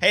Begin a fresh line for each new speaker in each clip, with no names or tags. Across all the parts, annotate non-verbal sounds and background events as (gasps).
Hey,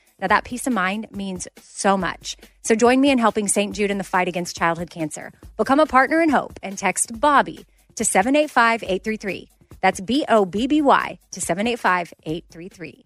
Now, that peace of mind means so much. So, join me in helping St. Jude in the fight against childhood cancer. Become a partner in hope and text Bobby to 785 833. That's B O B B Y to 785 833.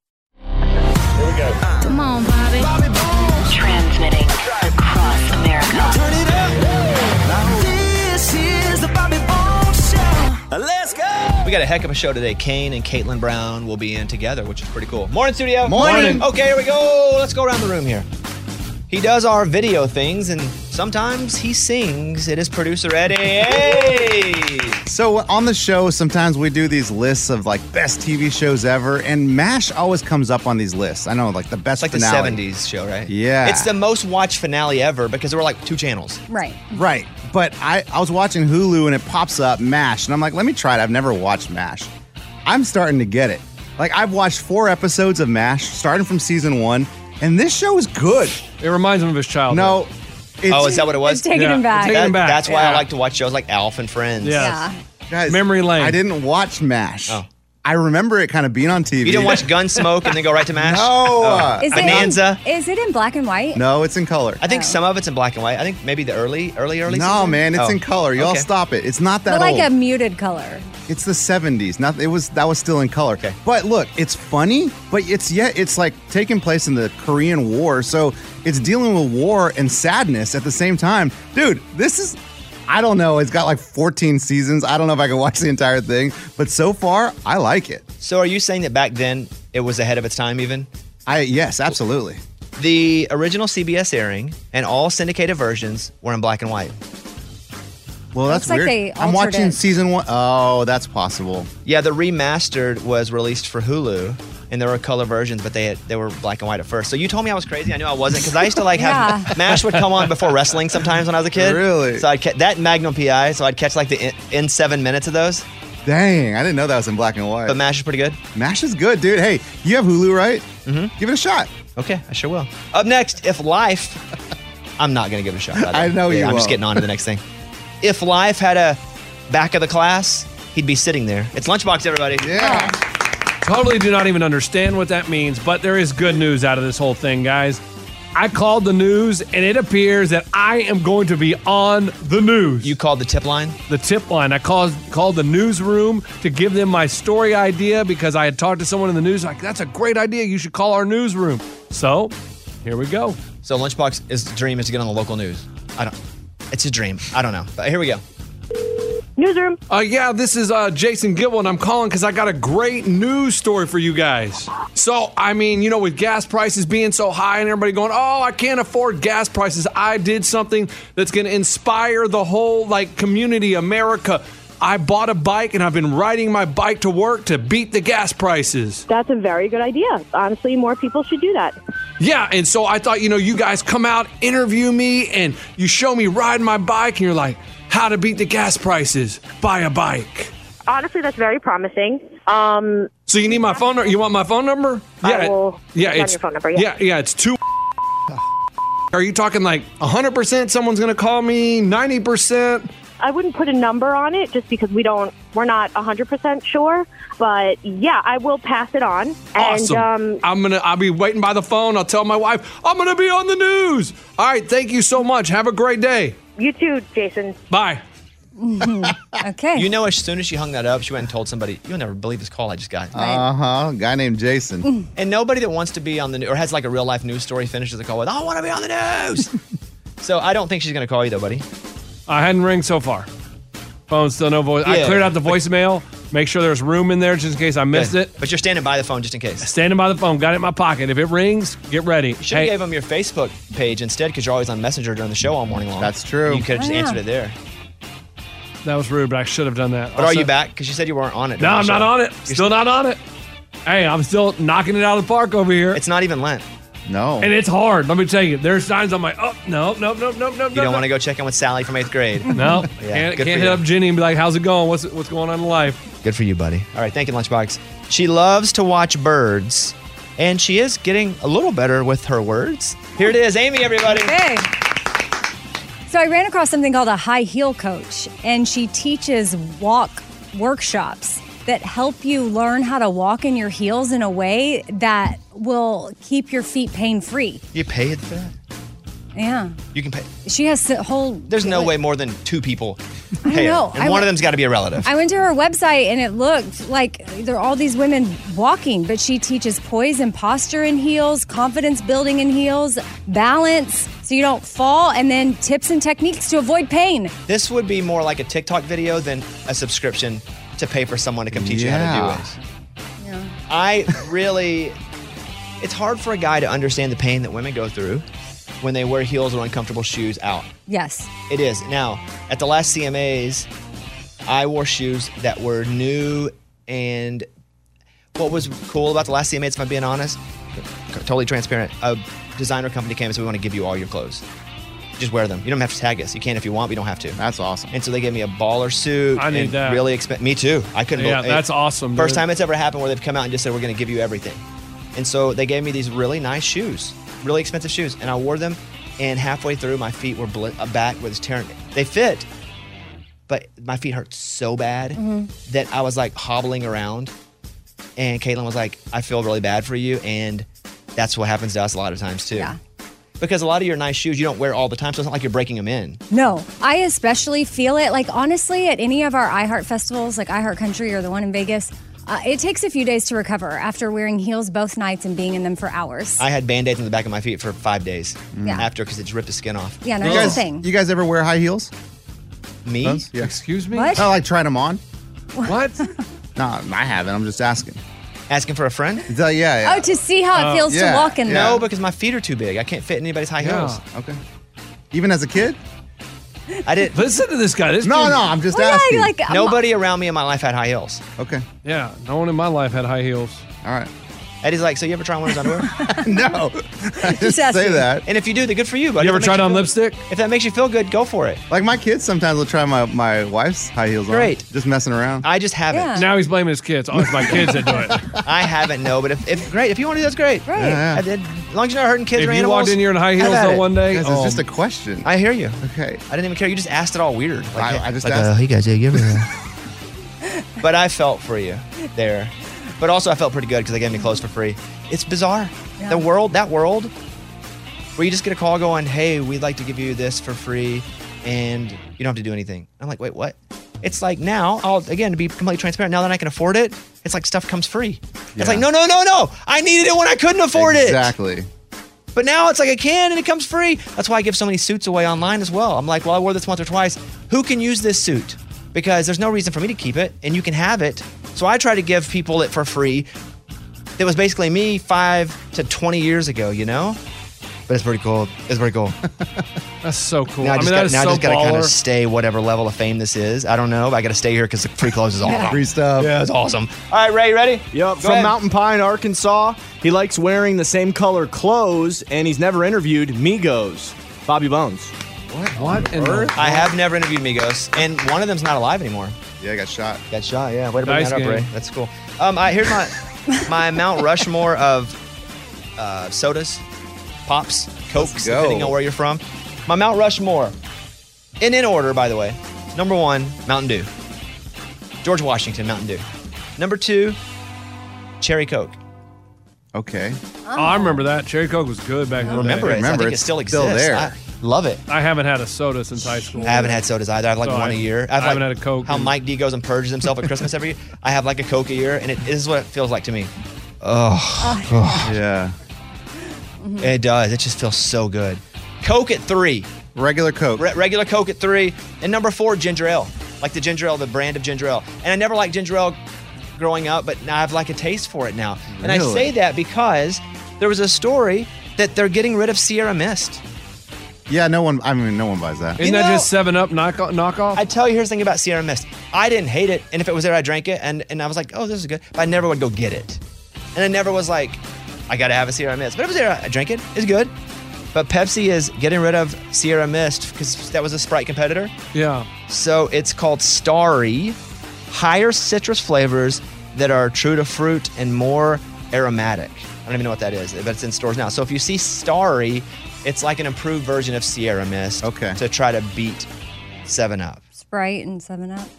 Here we go.
Come on, Bobby.
Transmitting across America.
Turn it up. This is the Bobby Bones Show. Let's go.
We got a heck of a show today. Kane and Caitlin Brown will be in together, which is pretty cool. Morning, studio.
Morning. Morning.
Okay, here we go. Let's go around the room here. He does our video things, and sometimes he sings. It is producer Eddie. Hey!
So on the show, sometimes we do these lists of like best TV shows ever, and MASH always comes up on these lists. I know, like the best
It's like
finale.
the 70s show, right?
Yeah.
It's the most watched finale ever because there were like two channels.
Right.
Right. But I, I was watching Hulu and it pops up MASH. And I'm like, let me try it. I've never watched MASH. I'm starting to get it. Like, I've watched four episodes of MASH starting from season one. And this show is good.
It reminds him of his childhood.
No. It's,
Oh, is that what it was?
Taking
Yeah.
him back.
Take him back.
That's why I
Yeah.
like to watch shows like Alf and Friends.
Yeah.
yeah.
guys,
Memory lane.
I didn't watch MASH.
Oh.
I remember it kind of being on TV.
You didn't
(laughs)
watch Gunsmoke and then go right to MASH?
No.
Is it,
Bonanza.
in, is it in black and white?
Uh, (laughs) No, it's in color.
I think
Oh.
some of it's in black and white. I think maybe the early, early, early.
no,
season?
man, it's
Oh.
in color. Y'all
Okay.
stop it. It's not that
But like um,
old.
a muted color.
It's the 70s. Not it was that was still in color.
Okay.
But look, it's funny, but it's yet it's like taking place in the Korean War, so it's dealing with war and sadness at the same time. Dude, this is I don't know. It's got like 14 seasons. I don't know if I can watch the entire thing, but so far I like it.
So are you saying that back then it was ahead of its time even?
I yes, absolutely.
The original CBS airing and all syndicated versions were in black and white.
Well,
Looks
that's
like
weird.
they altered
I'm watching
it.
season 1. Oh, that's possible.
Yeah, the remastered was released for Hulu, and there were color versions, but they had, they were black and white at first. So you told me I was crazy. I knew I wasn't because I used to like have
Yeah.
(laughs) Mash would come on before wrestling sometimes when I was a kid.
Really?
So I'd catch that and Magnum PI. So I'd catch like the in, in seven minutes of those.
Dang, I didn't know that was in black and white.
But Mash is pretty good.
Mash is good, dude. Hey, you have Hulu, right? Mm-hmm. Give it a shot.
Okay, I sure will. Up next, if life, (laughs) I'm not gonna give it a shot. by the
I
way.
know
yeah,
you
I'm just
won't.
getting on to the
(laughs)
next thing. If life had a back of the class, he'd be sitting there. It's lunchbox, everybody.
Yeah.
Totally do not even understand what that means, but there is good news out of this whole thing, guys. I called the news, and it appears that I am going to be on the news.
You called the tip line.
the tip line. I called called the newsroom to give them my story idea because I had talked to someone in the news. Like, that's a great idea. You should call our newsroom. So, here we go.
So lunchbox is dream is to get on the local news. I don't. It's a dream. I don't know. But here we go.
Newsroom.
Uh, yeah, this is uh, Jason Gibble, and I'm calling because I got a great news story for you guys. So, I mean, you know, with gas prices being so high and everybody going, oh, I can't afford gas prices, I did something that's going to inspire the whole, like, community, America. I bought a bike and I've been riding my bike to work to beat the gas prices.
That's a very good idea. Honestly, more people should do that.
Yeah, and so I thought, you know, you guys come out, interview me, and you show me riding my bike, and you're like, how to beat the gas prices, buy a bike.
Honestly, that's very promising. Um,
So you need my phone number? You want my phone number?
I will write down your phone number, yeah.
yeah, yeah, it's two. (laughs) Are you talking like 100% someone's going to call me, 90%?
I wouldn't put a number on it just because we don't we're not 100% sure, but yeah, I will pass it on. And
Awesome.
um
I'm gonna. I'll be waiting by the phone. I'll tell my wife. I'm gonna be on the news. All right. Thank you so much. Have a great day.
you too, Jason.
Bye.
Okay.
You know, as soon as she hung that up, she went and told somebody, "You'll never believe this call I just got."
Uh huh. Guy named
Mm.
Jason.
And nobody that wants to be on the news or has like a real life news story finishes the call with, I want to be on the
(laughs)
news. so I don't think she's going to call you though, buddy.
I hadn't ring so far. Phone still no voice. I
Yeah.
cleared out the voicemail. Make sure there's room in there just in case I missed
Good.
it.
But you're standing by the phone just in case.
Standing by the phone. Got it in my pocket. If it rings, get ready.
Should have gave them your Facebook page instead because you're always on Messenger during the show all morning long.
That's true.
You could have just
Oh, yeah.
answered it there.
that was rude, but I should have done that.
But are you back? Because you said you weren't on it.
No,
during
I'm
the
not
show.
on it. Still not on it. Hey, I'm still knocking it out of the park over here.
It's not even Lent.
no.
and it's hard. Let me tell you. There's signs I'm like, oh, no, no, no, no, no.
You don't want to go check in with Sally from eighth grade.
No,
Yeah,
can't,
good
can't
for
hit
you.
up Jenny and be like, "How's it going? What's what's going on in life?"
(laughs) Good for you, buddy. All right, thank you, Lunchbox. She loves to watch birds, and she is getting a little better with her words. Here it is, Amy, everybody.
Okay. So I ran across something called a high heel coach, and she teaches walk workshops that help you learn how to walk in your heels in a way that will keep your feet pain free.
You paid for that?
Yeah.
You can pay.
She has a whole.
There's no way more than two people pay. her,
know.
And
I
one
wa-
of them's got to be a relative.
I went to her website and it looked like there are all these women walking, but she teaches poise and posture in heels, confidence building in heels, balance so you don't fall, and then tips and techniques to avoid pain.
this would be more like a TikTok video than a subscription to pay for someone to come teach you how
Yeah.
to do this. I really, it's hard for a guy to understand the pain that women go through when they wear heels or uncomfortable shoes out.
Yes.
It is. Now, at the last CMAs, I wore shoes that were new. And what was cool about the last CMAs, if I'm being honest, totally transparent, a designer company came and said, We want to give you all your clothes. Just wear them. You don't have to tag us. You can if you want, but you don't have to.
That's awesome.
And so they gave me a baller suit.
I need
and
that.
Really expensive. Me too. I couldn't.
Yeah,
bel-
that's awesome,
First
dude.
time it's ever happened where they've come out and just said we're going to give you everything. And so they gave me these really nice shoes, really expensive shoes, and I wore them. And halfway through, my feet were bl- uh, back was tearing. They fit, but my feet hurt so bad that I was like hobbling around. And Caitlin was like, "I feel really bad for you," and that's what happens to us a lot of times too.
Yeah.
Because a lot of your nice shoes you don't wear all the time, so it's not like you're breaking them in.
No, I especially feel it. Like, honestly, at any of our iHeart festivals, like iHeart Country or the one in Vegas, uh, it takes a few days to recover after wearing heels both nights and being in them for hours.
I had band-aids on the back of my feet for five days
Yeah.
after because it just ripped the skin off.
yeah, no,
you
that's
guys,
the thing.
you guys ever wear high heels?
Me?
Bones? Yeah.
Excuse me.
What?
I like trying them on.
(laughs) What?
No, I haven't. I'm just asking.
Asking for a friend?
It's like, yeah,
oh,
yeah.
to see how it feels
yeah,
to walk in
yeah.
No,
them.
because my feet are too big. I can't fit in anybody's high
Yeah.
heels.
okay. Even as a kid?
I did. not
Listen to this guy. This
No,
dude-
no. I'm just
Well,
asking.
Oh, yeah, like, uh, I'm-
Nobody around me in my life had high heels.
okay.
Yeah, no one in my life had high heels.
All right. (laughs)
Eddie's like, so you ever try on one of his
(laughs)
underwear?
no. I just say
asking.
that.
and if you do, then good for you. Buddy.
You ever
If that
tried
makes
on
feel-
lipstick?
If that makes you feel good, go for it.
Like my kids sometimes will try my, my wife's high heels on.
Great.
Just messing around.
I just haven't.
Yeah.
Now he's blaming his kids. Oh, it's my kids that do
(laughs)
it.
I haven't. No, but if, if great, if you want to, do that's great.
Right.
Yeah,
I did- As long as you're not hurting kids
if
or
you
animals.
walked in here in high
have
heels
at
though
it.
one day,
Guys,
oh,
it's just a question.
I hear you. I
okay.
didn't even care. You just asked it all weird. Like,
I- I just
like,
asked-
uh, hey guys, yeah, you ever? (laughs) but I felt for you there. But also, I felt pretty good because they gave me clothes for free. It's bizarre.
Yeah.
The world, that world, where you just get a call going, hey, we'd like to give you this for free and you don't have to do anything. I'm like, wait, what? It's like now, I'll, again, to be completely transparent, now that I can afford it, it's like stuff comes free.
Yeah.
It's like, no, no, no, no. I needed it when I couldn't afford it.
Exactly.
But now it's like I can and it comes free. That's why I give so many suits away online as well. I'm like, well, I wore this once or twice. Who can use this suit? Because there's no reason for me to keep it and you can have it. So I try to give people it for free. That was basically me five to 20 years ago, you know? But it's pretty cool. It's pretty cool.
that's so cool.
Now I
I mean,
just,
that
got,
is
now I
so
just gotta kind
baller.
of stay whatever level of fame this is. I don't know. But I gotta stay here because the free clothes is all.
Free stuff.
Yeah, it's awesome. All right, Ray, ready?
Yup,
Go
from
ahead.
Mountain Pine, Arkansas. He likes wearing the same color clothes, and he's never interviewed Migos. Bobby Bones.
what in the
I have never interviewed Migos, and one of them's not alive anymore.
Yeah, I got shot.
Got shot, yeah. Way to bring
Nice
that up,
game.
Ray. That's cool. Um, I, here's
(laughs)
my my Mount Rushmore of uh, sodas, pops, cokes,
go.
depending on where you're from. My Mount Rushmore, and in order, by the way. Number one, Mountain Dew. George Washington, Mountain Dew. Number two, Cherry Coke.
Okay.
Oh, I remember that. Cherry Coke was good back in the
Remember
day.
it. I
Remember,
think it
it's
still exists.
still there.
I love it.
I haven't had a soda since high school.
I haven't had sodas either. I have like
So
one
I-
a year.
I
like,
haven't had a Coke
How
in-
Mike D goes and purges himself at Christmas every year. I have like a Coke a year, and it this is what it feels like to me.
Yeah.
It does. It just feels so good. Coke at three.
Regular Coke.
Re- regular Coke at three, and number four, ginger ale. Like the ginger ale, the brand of ginger ale. And I never liked ginger ale growing up, but now I have like a taste for it now. And I
Really?
say that because there was a story that they're getting rid of Sierra Mist.
yeah, no one, I mean, no one buys that.
Isn't
You
that
know-
just Seven Up knock knockoff?
I tell you, here's the thing about Sierra Mist. I didn't hate it, and if it was there, I drank it, and, and I was like, oh, this is good. But I never would go get it. And I never was like, I gotta have a Sierra Mist. But if it was there, I drank it. It's good. But Pepsi is getting rid of Sierra Mist because that was a Sprite competitor.
yeah.
So it's called Starry, higher citrus flavors that are true to fruit and more aromatic. I don't even know what that is, but it's in stores now. So if you see Starry, it's like an improved version of Sierra Mist.
Okay.
To try to beat Seven Up.
Sprite and 7 Up.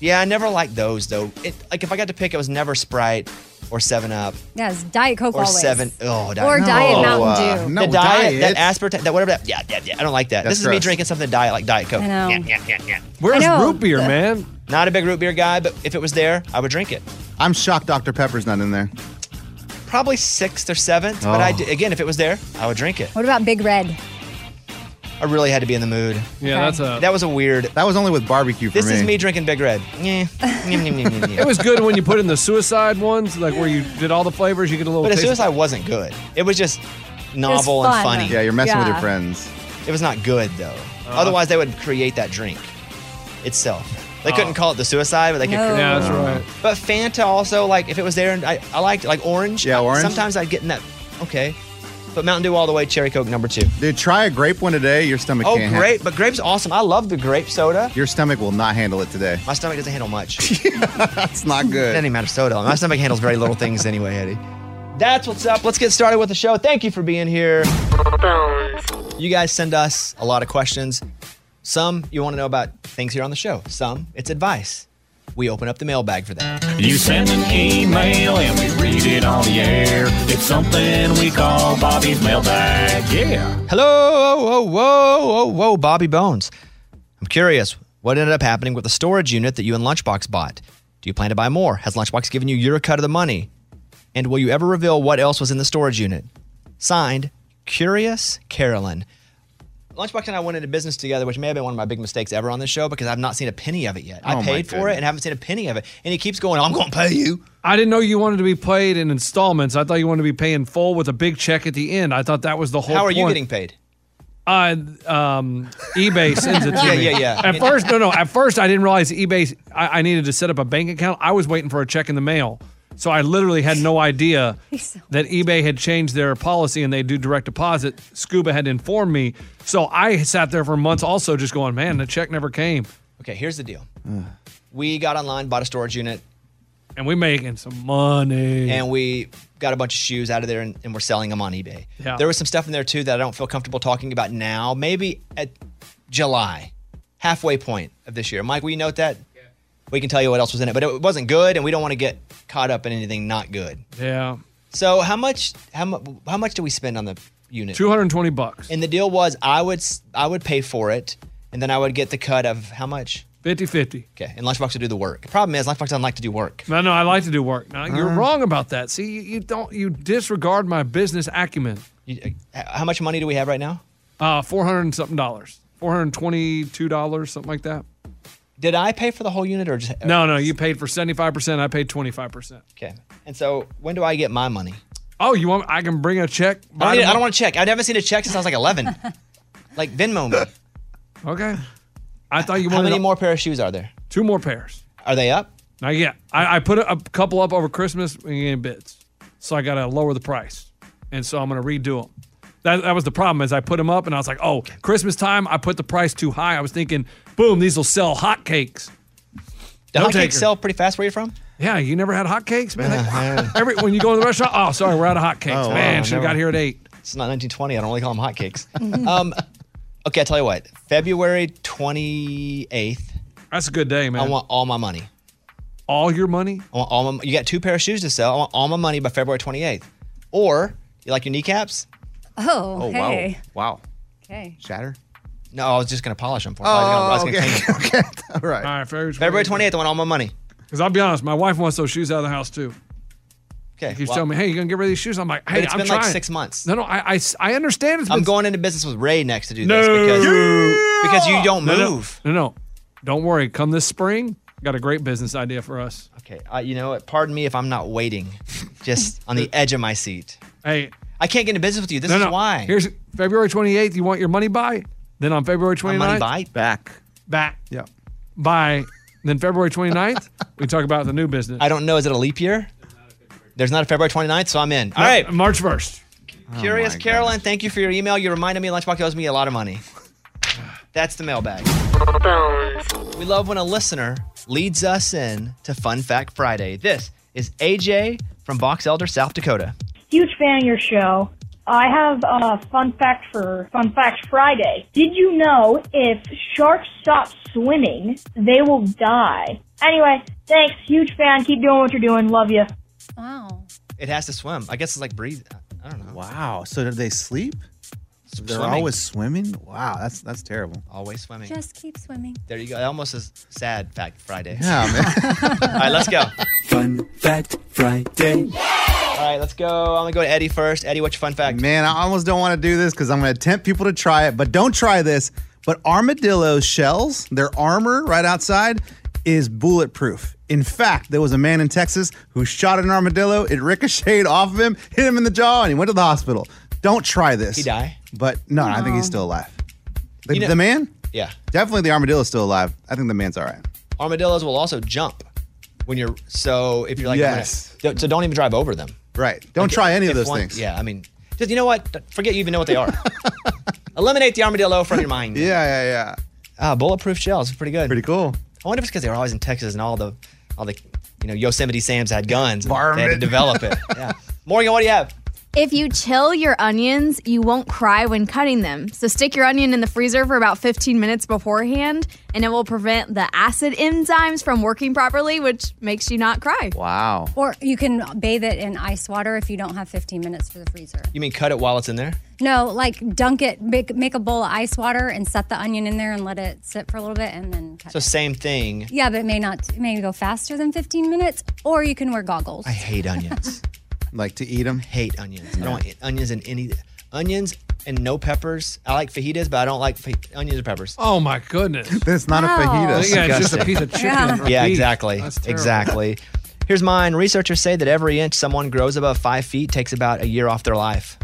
Yeah, I never liked those though. It, like if I got to pick, it was never Sprite or Seven Up
Yes, Diet Coke
or
always.
Seven. Oh, Diet-
Or
No.
Diet
uh,
Mountain Dew.
no,
the diet,
diet.
that aspartame, that whatever that. Yeah, yeah, yeah. I don't like that.
That's
this is me
gross.
drinking something diet like Diet Coke.
I know.
Yeah, yeah, yeah, yeah.
Where's
I know.
root beer, man?
Not a big root beer guy, but if it was there, I would drink it.
I'm shocked Dr. Pepper's not in there.
probably sixth or seventh. But I
Oh.
d- again, if it was there, I would drink it.
What about Big Red?
I really had to be in the mood.
Yeah,
Okay.
that's a.
That was a weird.
That was only with barbecue for
This
me.
is me drinking Big
(laughs)
Red. Yeah,
it was good when you put in the suicide ones, like where you did all the flavors. You get a little.
But as
taste
soon as
of-
I wasn't good, it was just novel and
fun.
funny.
Yeah, you're messing with your
Yeah.
friends.
It was not good though.
Uh-huh.
Otherwise, they would create that drink itself.
Oh.
They couldn't call it the suicide, but they could.
No.
Create-
yeah, that's right.
But Fanta also like if it was there and I, I liked it, like orange.
Yeah,
I-
orange.
Sometimes I'd get in that. Okay, but Mountain Dew all the way, cherry Coke number two.
Dude, try a grape one today. Your stomach
Oh,
can't. ha-
grape! But grape's awesome. I love the grape soda.
your stomach will not handle it today.
My stomach doesn't handle
(laughs)
much.
That's not good.
It doesn't matter soda. My stomach handles very little things anyway, Eddie. That's what's up. Let's get started with the show. Thank you for being here.
Bones.
You guys send us a lot of questions. Some you want to know about things here on the show. Some it's advice. We open up the mailbag for that.
You send an email and we read it on the air. It's something we call Bobby's mailbag. Yeah.
Hello, whoa, whoa, whoa, whoa, Bobby Bones. I'm curious. What ended up happening with the storage unit that you and Lunchbox bought? Do you plan to buy more? Has Lunchbox given you your cut of the money? And will you ever reveal what else was in the storage unit? Signed, Curious Carolyn. Lunchbox and I went into business together, which may have been one of my big mistakes ever on this show because I've not seen a penny of it yet.
Oh,
I
my
paid for it
goodness.
and haven't seen a penny of it. And he keeps going, I'm going to pay you.
I didn't know you wanted to be played in installments. I thought you wanted to be paying full with a big check at the end. I thought that was the whole.
How are you
point.
getting paid?
I um, eBay sends it to
Yeah,
me.
yeah, yeah.
At first, no, no. At first, I didn't realize eBay. I, I needed to set up a bank account. I was waiting for a check in the mail, so I literally had no idea
so-
that eBay had changed their policy and they do direct deposit. Scuba had informed me, so I sat there for months, also just going, "Man, the check never came,"
Okay, here's the deal. we got online, bought a storage unit,
and we making some money.
and we got a bunch of shoes out of there and, and we're selling them on eBay.
Yeah.
There was some stuff in there too that I don't feel comfortable talking about now. Maybe at July, halfway point of this year. Mike, will you note that? Yeah. We can tell you what else was in it, but it wasn't good, and we don't want to get caught up in anything not good.
yeah,
So how much how mu- how much do we spend on the unit?
two hundred twenty bucks,
And the deal was I would s- I would pay for it, and then I would get the cut of how much.
50-50.
Okay, and Lunchbox would do the work. The problem is Lunchbox doesn't like to do work.
No, no, I like to do work. No, you're
Uh-huh.
wrong about that. See, you, you don't. You disregard my business acumen.
You- uh, how much money do we have right now?
Uh, four hundred and something dollars, four hundred twenty-two dollars, something like that.
Did I pay for the whole unit or just
No, no, you paid for seventy-five percent. I paid twenty-five percent.
Okay. And so when do I get my money?
Oh, you want? I can bring a check.
I don't, need- I don't want to check. I haven't seen a check since I was like
(laughs)
11. like Venmo me.
Okay. I thought you
How
wanted
many
a-
more pair of shoes are there?
Two more pairs.
Are they up?
Now, yeah, I, I put a, a couple up over Christmas and getting bids, so I got to lower the price, and so I'm gonna redo them. That, that was the problem is I put them up and I was like, oh, Christmas time I put the price too high. I was thinking, boom, these will sell hotcakes.
The
No
hotcakes
taker.
sell pretty fast. Where you from?
Yeah, you never had
(laughs)
hotcakes, man. Every when you go to the restaurant, oh, sorry, we're out of hotcakes.
Oh,
man,
wow,
should have
never-
got here at eight.
It's not 1920. I don't really call them
(laughs)
hotcakes. um, okay, I'll tell you what. February 28th,
That's a good day, man.
I want all my money.
all your money.
I want all my. You got two pair of shoes to sell. I want all my money by February 28th. Or you like your kneecaps?
Oh, hey.
wow, wow.
Okay.
Shatter.
No, I was just gonna polish them. For oh, I was gonna, I was gonna
(laughs)
change them.
All right.
All right, February 28th.
February 28th. I want all my money.
Because I'll be honest, my wife wants those shoes out of the house too.
Okay.
He's
well,
telling me, "Hey, you gonna get rid of these shoes?" I'm like, "Hey,
it's
I'm
been
trying."
like six months.
No, no, I, I, I understand. It's
(laughs)
been
I'm going into business with Ray next to do
No.
this because because you don't
No, no,
move.
No, no, don't worry. Come this spring, got a great business idea for us.
Okay, uh, you know what? Pardon me if I'm not waiting,
(laughs)
just on the edge of my seat.
Hey,
I can't get into business with you. This
no,
is
no.
why.
Here's February 28th. You want your money by? Then on February 29th,
my money bite.
Back.
back
Yeah.
by. Then February 29th, we talk about the new business.
I don't know. Is it a leap year? There's not a February 29th, so I'm in. All right,
Uh, March 1st. Oh
Curious Caroline, thank you for your email. You reminded me Lunchbox owes me a lot of money. That's the mailbag. We love when a listener leads us in to Fun Fact Friday. This is AJ from Box Elder, South Dakota.
Huge fan of your show. I have a fun fact for Fun Fact Friday. Did you know if sharks stop swimming, they will die? Anyway, thanks. Huge fan. Keep doing what you're doing. Love you.
Wow.
It has to swim. I guess it's like breathe. I don't know.
Wow. So do they sleep? They're
Swimming.
always swimming. Wow. That's that's terrible.
always swimming.
Just keep swimming.
There you go. It almost is sad fact Friday.
Yeah, man.
All right,
(laughs)
let's go.
Fun Fact Friday.
All right, let's go. I'm gonna go to Eddie first. Eddie, what's your fun fact?
Man, I almost don't want to do this because I'm going to tempt people to try it, but don't try this. But armadillo shells, their armor right outside, is bulletproof. In fact, there was a man in Texas who shot an armadillo. It ricocheted off of him, hit him in the jaw, and he went to the hospital. Don't try this.
He die?
But no, I think he's still alive. The,
You know-
the man?
Yeah,
Definitely the armadillo's still alive. I think the man's all right.
armadillos will also jump when you're. So if you're like, I'm
Yes.
gonna- so don't even drive over them.
Right. Don't
Like,
try any
if
of those
one-
things.
Yeah, I mean, just you know what? Forget you even know what they
(laughs)
are. Eliminate the armadillo from your mind.
Yeah, yeah, yeah.
Ah, bulletproof shells, pretty good.
Pretty cool.
I wonder if it's because they were always in Texas and all the, all the, you know, Yosemite Sam's had guns. and
Farm
they had to
it.
develop
(laughs)
it. Yeah. Morgan, what do you have?
If you chill your onions, you won't cry when cutting them. So stick your onion in the freezer for about 15 minutes beforehand, and it will prevent the acid enzymes from working properly, which makes you not cry.
Wow.
Or you can bathe it in ice water if you don't have 15 minutes for the freezer.
You mean cut it while it's in there?
No, like dunk it, make, make a bowl of ice water and set the onion in there and let it sit for a little bit and then cut.
So
it.
same thing.
Yeah, but it may not, it may go faster than 15 minutes or you can wear goggles.
I hate onions.
Like to eat them?
hate onions. I don't want onions in any onions and no peppers. I like fajitas, but I don't like fa- onions or peppers.
Oh my goodness.
That's not
Wow.
a fajita.
yeah, it's just a
disgusting.
piece of chicken.
Yeah.
or
yeah,
beef.
exactly.
That's terrible.
Exactly. Here's mine. Researchers say that every inch someone grows above five feet takes about a year off their life.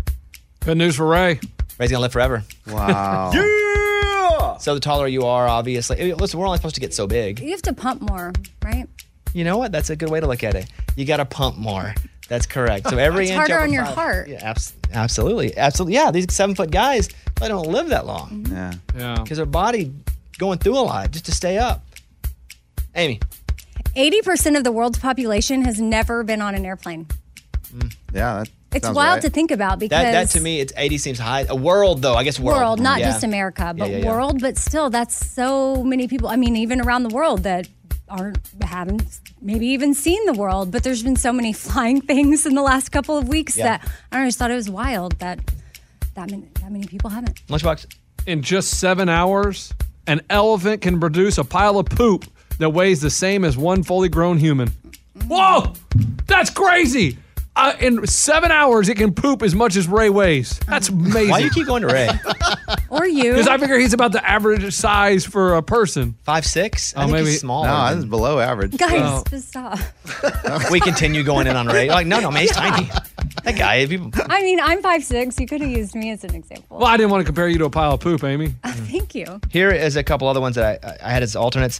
Good news for Ray.
Ray's gonna live forever.
(laughs) Wow.
So the taller you are, obviously. eh, Listen, we're only supposed to get so big.
You have to pump more, right?
You know what? That's a good way to look at it. You gotta pump more. That's correct. So every
It's
inch
harder
over
on your
five-
heart.
Yeah, abs- absolutely, absolutely. Yeah, these seven foot guys, they don't live that
Mm-hmm.
long
Yeah.
Yeah.
because their body going through a lot just to stay up. Amy,
80% of the world's population has never been on an airplane.
Yeah. That
It's
sounds
wild
right.
to think about because
That, that to me, it's 80 seems high. A world, though, I guess world.
world, not
Yeah.
just America, but
yeah, yeah.
world, but still that's so many people. I mean, even around the world that aren't haven't maybe even seen the world, but there's been so many (laughs) flying things in the last couple of weeks
Yeah.
that I don't know, I just thought it was wild that that many, that many people haven't.
Lunchbox,
In just seven hours, an elephant can produce a pile of poop that weighs the same as one fully grown human. Whoa! That's crazy! Uh, in seven hours, it can poop as much as Ray weighs. That's
why do you
amazing.
keep going to
(laughs)
Ray? (laughs)
Or you.
Because I figure he's about the average size for a person.
Five six? I
Oh,
think
maybe-
he's smaller.
No,
than-
this is below
(laughs)
average.
Guys,
Well-
Oh.
just stop.
we continue going in on Ray. Like, no, no, man, he's
(laughs)
tiny. That guy, if you-
I mean, I'm five six. You could have used me as an example.
Well, I didn't want to compare you to a pile of poop, Amy.
Thank you.
Here is a couple other ones that I, I had as alternates.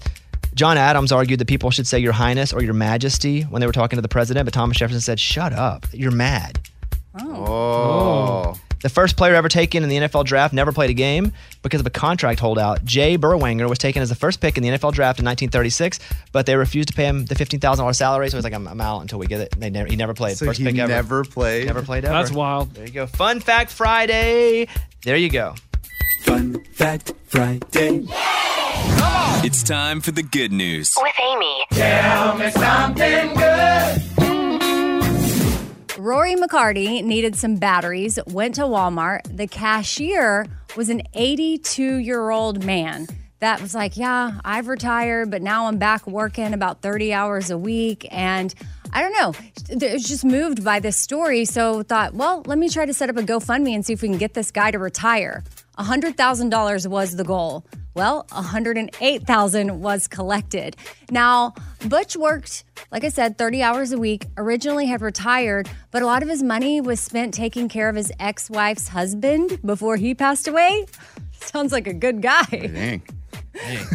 John Adams argued that people should say Your Highness or Your Majesty when they were talking to the president, but Thomas Jefferson said, Shut up. You're mad.
Oh.
The first player ever taken in the NFL draft never played a game because of a contract holdout. Jay Burwanger was taken as the first pick in the NFL draft in 1936, but they refused to pay him the $15,000 salary. So he's like, I'm, I'm out until we get it. And They never, he never played.
So
first
he
pick ever.
never played.
Never played ever.
That's wild.
There you go. Fun Fact Friday. There you go.
Fun Fact Friday.
It's time for the good news.
With Amy.
Tell me something good.
Rory McCarty needed some batteries, went to Walmart. The cashier was an 82 year old man that was like, Yeah, I've retired, but now I'm back working about 30 hours a week. And I don't know, it was just moved by this story. So thought, Well, let me try to set up a GoFundMe and see if we can get this guy to retire. $100,000 was the goal. Well, 108,000 was collected. Now, Butch worked, like I said, 30 hours a week, originally had retired, but a lot of his money was spent taking care of his ex-wife's husband before he passed away. (laughs) Sounds like a good guy.
Dang. (laughs)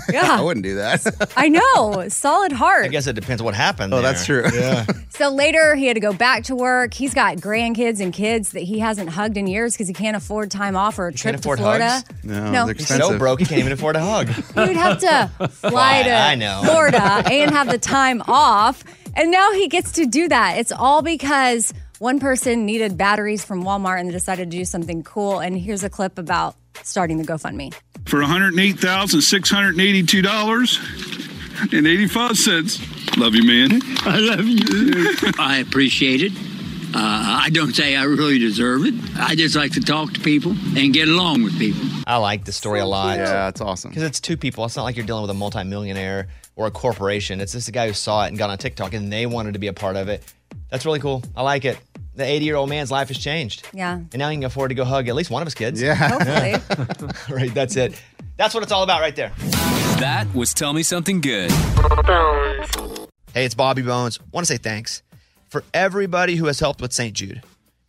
Yeah.
I wouldn't do that.
I know, solid heart.
I guess it depends what happened.
Oh, that's
(laughs) there.
true.
Yeah.
So later, he had to go back to work. He's got grandkids and kids that he hasn't hugged in years because he can't afford time off or a trip
Can't afford
to Florida.
hugs.
No.
He's so broke he can't even afford a hug.
You'd
(laughs)
have to fly
Why,
to
I know. (laughs)
Florida and have the time off. And now he gets to do that. It's all because one person needed batteries from Walmart and decided to do something cool. And here's a clip about starting the GoFundMe.
for $108,682 and 85 cents. Love you, man.
I love you. (laughs) I appreciate it. Uh, I don't say I really deserve it. I just like to talk to people and get along with people.
I like the story a lot.
Yeah,
it's awesome. Because it's two people. It's not like you're dealing with a multimillionaire or a corporation. It's just a guy who saw it and got on TikTok and they wanted to be a part of it. That's really cool. I like it. The 80 year old man's life has changed. (laughs)
Yeah.
And now he can afford to go hug at least one of his kids.
Yeah.
Hopefully. (laughs) right, that's it. That's what it's all about right there.
That was Tell Me Something Good.
Hey, it's Bobby Bones. Want to say thanks for everybody who has helped with St. Jude. I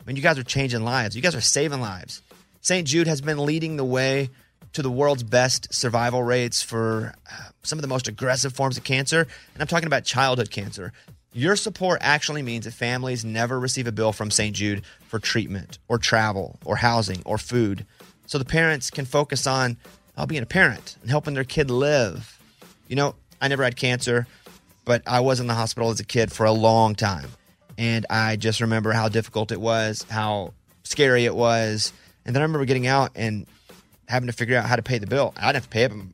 mean, you guys are changing lives. You guys are saving lives. St. Jude has been leading the way to the world's best survival rates for uh, some of the most aggressive forms of cancer, and I'm talking about childhood cancer. Your support actually means that families never receive a bill from St. Jude for treatment or travel or housing or food. So the parents can focus on uh, being a parent and helping their kid live. You know, I never had cancer but I was in the hospital as a kid for a long time. And I just remember how difficult it was, how scary it was. And then I remember getting out and having to figure out how to pay the bill. I didn't have to pay it, but you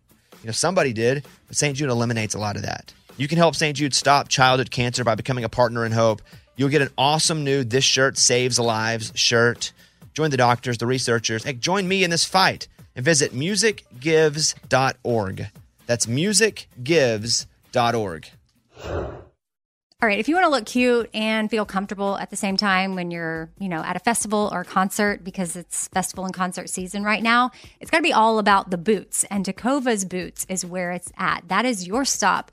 know, somebody did. But St. Jude eliminates a lot of that. You can help St. Jude stop childhood cancer by becoming a partner in hope. You'll get an awesome new This Shirt Saves Lives shirt. Join the doctors, the researchers, and join me in this fight and visit musicgives.org. That's musicgives.org.
All right, if you want to look cute and feel comfortable at the same time when you're, you know, at a festival or a concert because it's festival and concert season right now, it's got to be all about the boots. And Takova's Boots is where it's at. That is your stop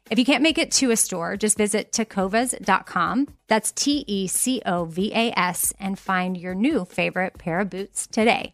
If you can't make it to a store, just visit tecovas.com. That's T E C O V A S and find your new favorite pair of boots today.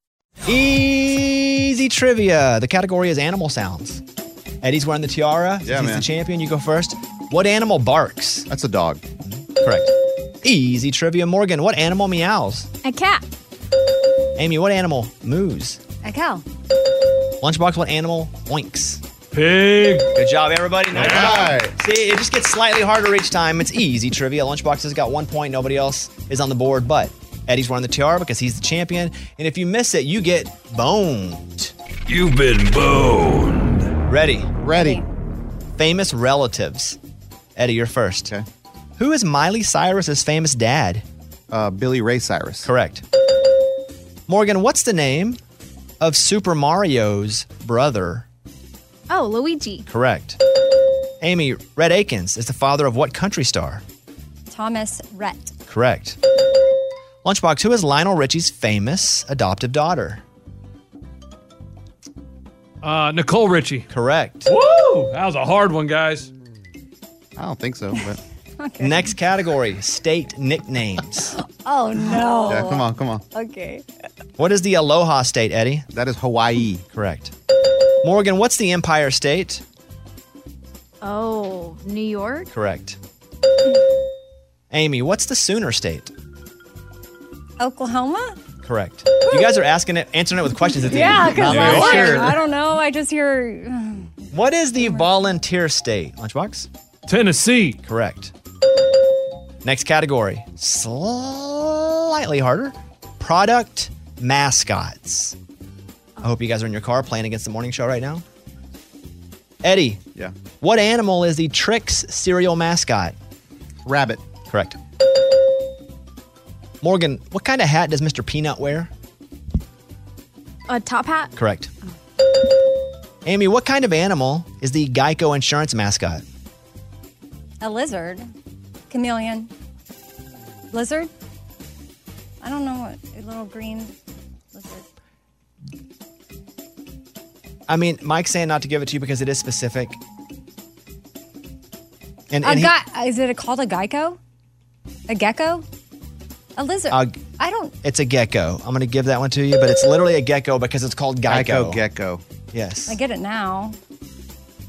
Easy trivia. The category is animal sounds. Eddie's wearing the tiara.
Yeah,
He's
man.
the champion. You go first. What animal barks? That's a dog. Correct. Easy trivia. Morgan, what animal meows?
A cat,
Amy, what animal moos?
a cow.
Lunchbox, what animal oinks? Pig. Good job, everybody. Nice job. See, it just gets slightly harder each time. It's easy trivia. Lunchbox has got one point. Nobody else is on the board, but Eddie's wearing the tiara because he's the champion. And if you miss it, you get boned.
You've been
boned. Ready?
Ready.
Famous relatives. Eddie, you're first. Okay. Who is Miley Cyrus's famous dad?
Uh, Billy Ray Cyrus.
Correct. Morgan, what's the name of Super Mario's brother?
Oh, Luigi.
Correct. Amy, Red Akins is the father of what country star?
Thomas Rhett.
Correct. Lunchbox, who is Lionel Richie's famous adoptive daughter?
Uh, Nicole Richie.
Correct.
Woo! That was a hard one, guys.
I don't think so, but.
Next category state nicknames.
Oh no.
(laughs) Yeah, (laughs) come on, come on.
Okay.
What is the Aloha state, Eddie?
That is Hawaii.
Correct. Morgan, what's the Empire State?
Oh, New York?
Correct. Amy, what's the Sooner State?
Oklahoma?
Correct. You guys are asking it, answering it with questions at the
Yeah,
end.
because I'm like, I don't know. I just hear.
What is the volunteer state? Lunchbox?
Tennessee.
Correct. Next category. Slightly harder. Product mascots. I hope you guys are in your car playing against the morning show right now. Eddie.
Yeah.
What animal is the Trix cereal mascot?
Rabbit.
Correct. Morgan, what kind of hat does Mr. Peanut wear?
A top hat?
Correct. Amy, what kind of animal is the Geico insurance mascot?
A lizard. Chameleon. Lizard? I don't know what. A little green lizard.
I mean, Mike's saying not to give it to you because it is specific. And,
a
and he-
guy, is it called a geico? A gecko? A lizard?
Uh,
I don't.
it's a gecko. I'm going to give that one to you, but it's literally a gecko because it's called Geico.
Geico gecko.
Yes.
I get it now.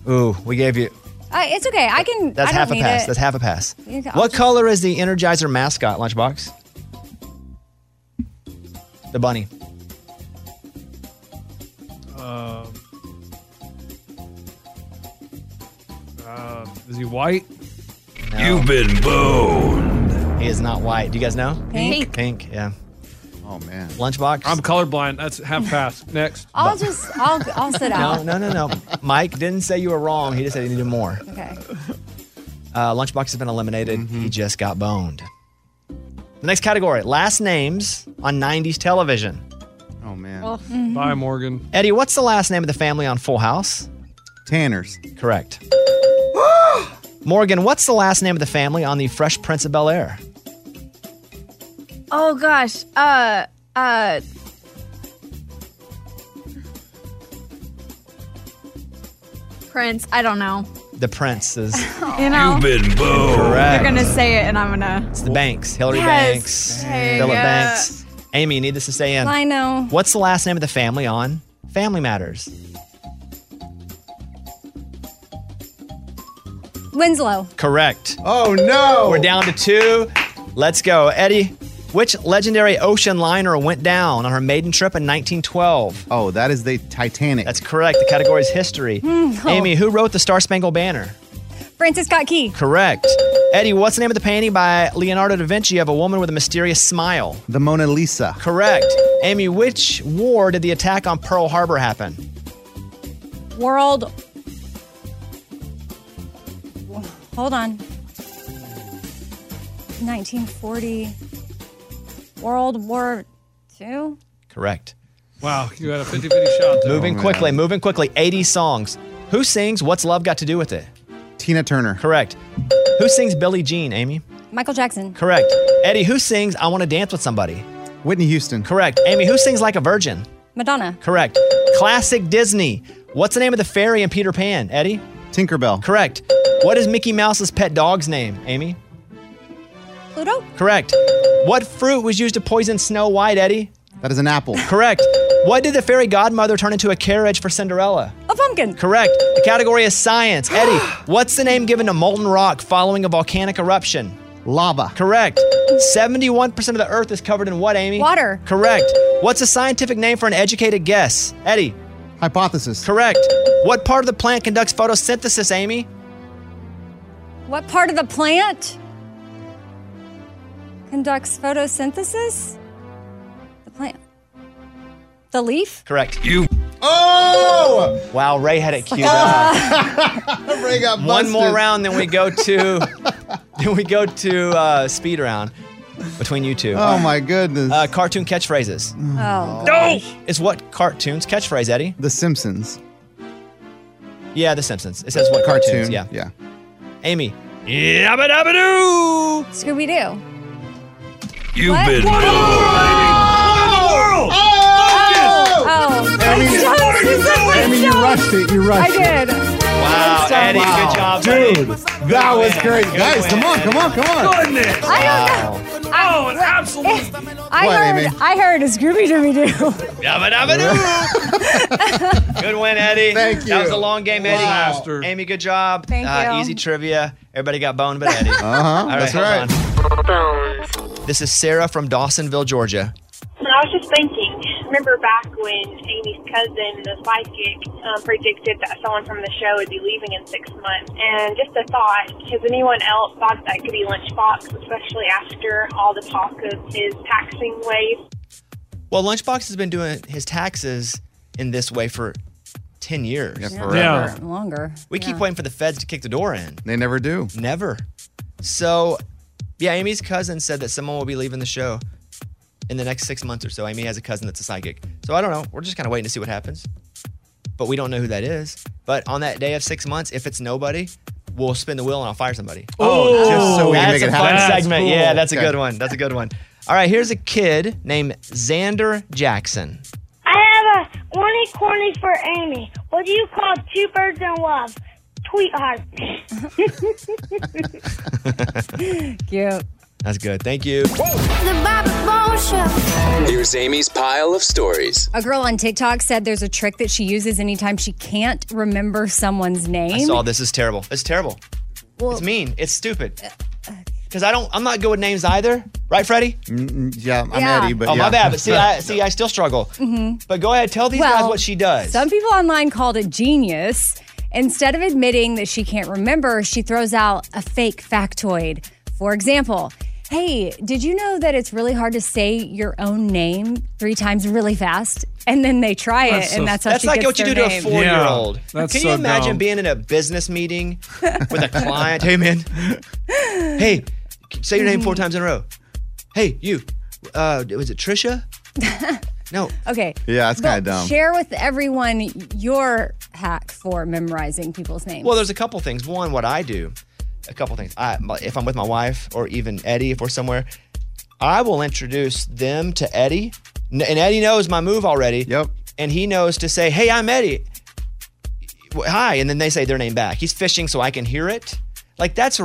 Ooh, we gave you.
I, it's okay. I can.
That's
I don't
half a
need
pass.
It.
That's half a pass.
You can-
What color is the Energizer mascot, Lunchbox? The bunny.
Uh, uh, is he white?
You've been boned.
He is not white. Do you guys know?
Pink.
Pink, yeah.
Oh, man.
Lunchbox?
I'm colorblind. That's half past. Next.
I'll just. I'll. I'll sit
No,
out.
no, no, no. Mike didn't say you were wrong. He just said he needed more.
Okay.
Uh, Lunchbox has been eliminated. He just got boned. The next category last names on 90s television.
Oh, man.
Oh.
Bye, Morgan.
Eddie, what's the last name of the family on Full House?
Tanners.
Correct. (gasps) Morgan, what's the last name of the family on The Fresh Prince of Bel Air?
Oh gosh. Uh uh Prince, I don't know.
The Prince is
(laughs) You know.
been boned.
You're
correct.
gonna say it and I'm gonna
It's the Banks, Hillary
Yes.
Banks,
Hey,
Philip
yeah.
Banks. Amy, you need this to stay in.
I know.
What's the last name of the family on Family Matters?
Winslow.
Correct.
Oh no.
We're down to two. Let's go. Eddie, which legendary ocean liner went down on her maiden trip in 1912?
Oh, that is the Titanic.
That's correct. The category is history.
Mm, oh.
Amy, who wrote the Star Spangled Banner?
Francis Scott Key.
Correct. Eddie, what's the name of the painting by Leonardo da Vinci of a woman with a mysterious smile?
The Mona Lisa.
Correct. Amy, which war did the attack on Pearl Harbor happen?
World. Hold on. 1940. World War Two.
Correct.
Wow, you had a 50 50 shot. there.
Moving quickly, moving quickly. 80 songs. Who sings What's Love Got to Do with It?
Tina Turner.
Correct. Who sings Billie Jean, Amy?
Michael Jackson.
Correct. Eddie, who sings I Want to Dance with Somebody?
Whitney Houston.
Correct. Amy, who sings Like a Virgin?
Madonna.
Correct. Classic Disney. What's the name of the fairy in Peter Pan, Eddie?
Tinkerbell.
Correct. What is Mickey Mouse's pet dog's name, Amy?
Pluto.
Correct. What fruit was used to poison Snow White, Eddie?
That is an apple.
Correct. What did the fairy godmother turn into a carriage for Cinderella?
A pumpkin.
Correct. The category is science. Eddie, what's the name given to molten rock following a volcanic eruption?
Lava.
Correct. 71% of the earth is covered in what, Amy?
Water.
Correct. What's a scientific name for an educated guess? Eddie.
Hypothesis.
Correct. What part of the plant conducts photosynthesis, Amy?
What part of the plant conducts photosynthesis? The leaf?
Correct.
You.
Oh! Wow, Ray had it queued
(laughs)
up.
Ray got
One more
busted.
round, then we go to (laughs) then we go to uh, speed round between you two.
Oh, Mm. my goodness.
Uh, cartoon catchphrases.
Hmm.
Oh.
It's what cartoons catchphrase, Eddie?
The Simpsons.
Yeah, The Simpsons. It says what cartoons?
Cartoon,
Yeah, yeah. Amy. Yabba dabba doo.
Scooby Doo.
You've been
What? Oh! Oh.
Amy, you rushed it. You rushed
I did.
Wow, Eddie, good job, buddy.
Dude, that was great.
Good
Guys, come on, come on, come on.
Goodness.
I don't know.
Oh, it's absolute.
I
What,
heard.
Amy?
I heard a Scooby
(laughs)
Dooby
Yabba dabba doo. (laughs) good win, Eddie.
Thank
That was
you.
a long game, Eddie.
Wow.
Bastard.
Amy, good job.
Thank
uh,
you.
Easy trivia. Everybody got boned, but Eddie.
Uh huh. That's
hold
right.
on. This is Sarah from Dawsonville, Georgia.
I was just thinking, remember back when Amy's cousin, the psychic, um, predicted that someone from the show would be leaving in six months. And just a thought, has anyone else thought that could be Lunchbox, especially after all the talk of his taxing ways?
Well, Lunchbox has been doing his taxes in this way for 10 years.
forever.
Yeah.
Doo. Longer.
We keep waiting for the feds to kick the door in.
They never do.
Never. So, yeah, Amy's cousin said that someone will be leaving the show in the next six months or so. Amy has a cousin that's a psychic. So I don't know. We're just kind of waiting to see what happens. But we don't know who that is. But on that day of six months, if it's nobody, we'll spin the wheel and I'll fire somebody.
Oh,
Just so we can
that's
make
a
it
fun
happen.
That's
segment.
cool.
Yeah, that's
Okay.
a good one. That's a good one. All right, here's a kid named Xander Jackson.
I have a corny corny for Amy. What do you call two birds in love? Sweetheart.
Cute.
That's good. Thank you.
Here's Amy's pile of stories.
A girl on TikTok said there's a trick that she uses anytime she can't remember someone's name.
I saw this. This is terrible. It's terrible.
Well, uh,
It's mean. It's stupid. Because I don't. I'm not good with names either. Right, Freddie?
Yeah, I'm
Yeah.
Eddie, but
Oh
yeah.
my bad. But
(laughs)
see, I see. I still struggle. But go ahead. Tell these guys
Mm-hmm. Well,
what she does.
Some people online called it genius. Instead of admitting that she can't remember, she throws out a fake factoid. For example, hey, did you know that it's really hard to say your own name three times really fast? And then they try it,
That's so-
and that's how
that's
she
like
gets
what you do to
their
a
name.
four-year-old.
Yeah, that's
Can
so
you imagine
dumb.
being in a business meeting with a client? hey man. Hey, say your name four
Mm-hmm.
times in a row. Hey, you. Uh, was it
(laughs)
Trisha? no.
Okay.
Yeah, that's
But
kinda dumb.
Share with everyone your hack for memorizing people's names.
Well, there's a couple things. One, what I do, a couple things. I, my- if I'm with my wife or even Eddie, if we're somewhere, I will introduce them to Eddie, N- and Eddie knows my move already.
Yep.
and he knows to say, "Hey, I'm Eddie." W- Hi, and then they say their name back. He's fishing, so I can hear it. Like that's a,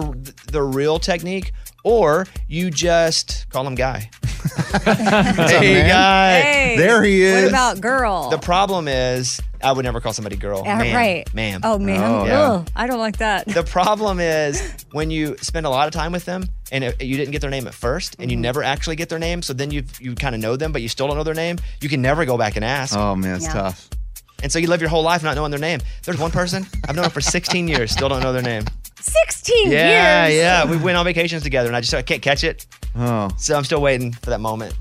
the real technique. Or you just call him guy. hey
man?
guy.
Hey,
There he
What
is.
about girl?
The problem is, I would never call somebody girl.
Uh,
ma'am,
right.
Ma'am.
Oh, ma'am.
Oh,
Oh,
yeah.
I don't like that.
The problem is when you spend a lot of time with them and it, you didn't get their name at first and you never actually get their name. So then you you kind of know them, but you still don't know their name. You can never go back and ask.
Oh man, it's
Yeah.
tough.
And so you live your whole life not knowing their name. There's one person I've known for 16 years, still don't know their name.
16
Yeah,
years.
yeah. We went on vacations together and I just I can't catch it.
Oh,
So I'm still waiting for that moment.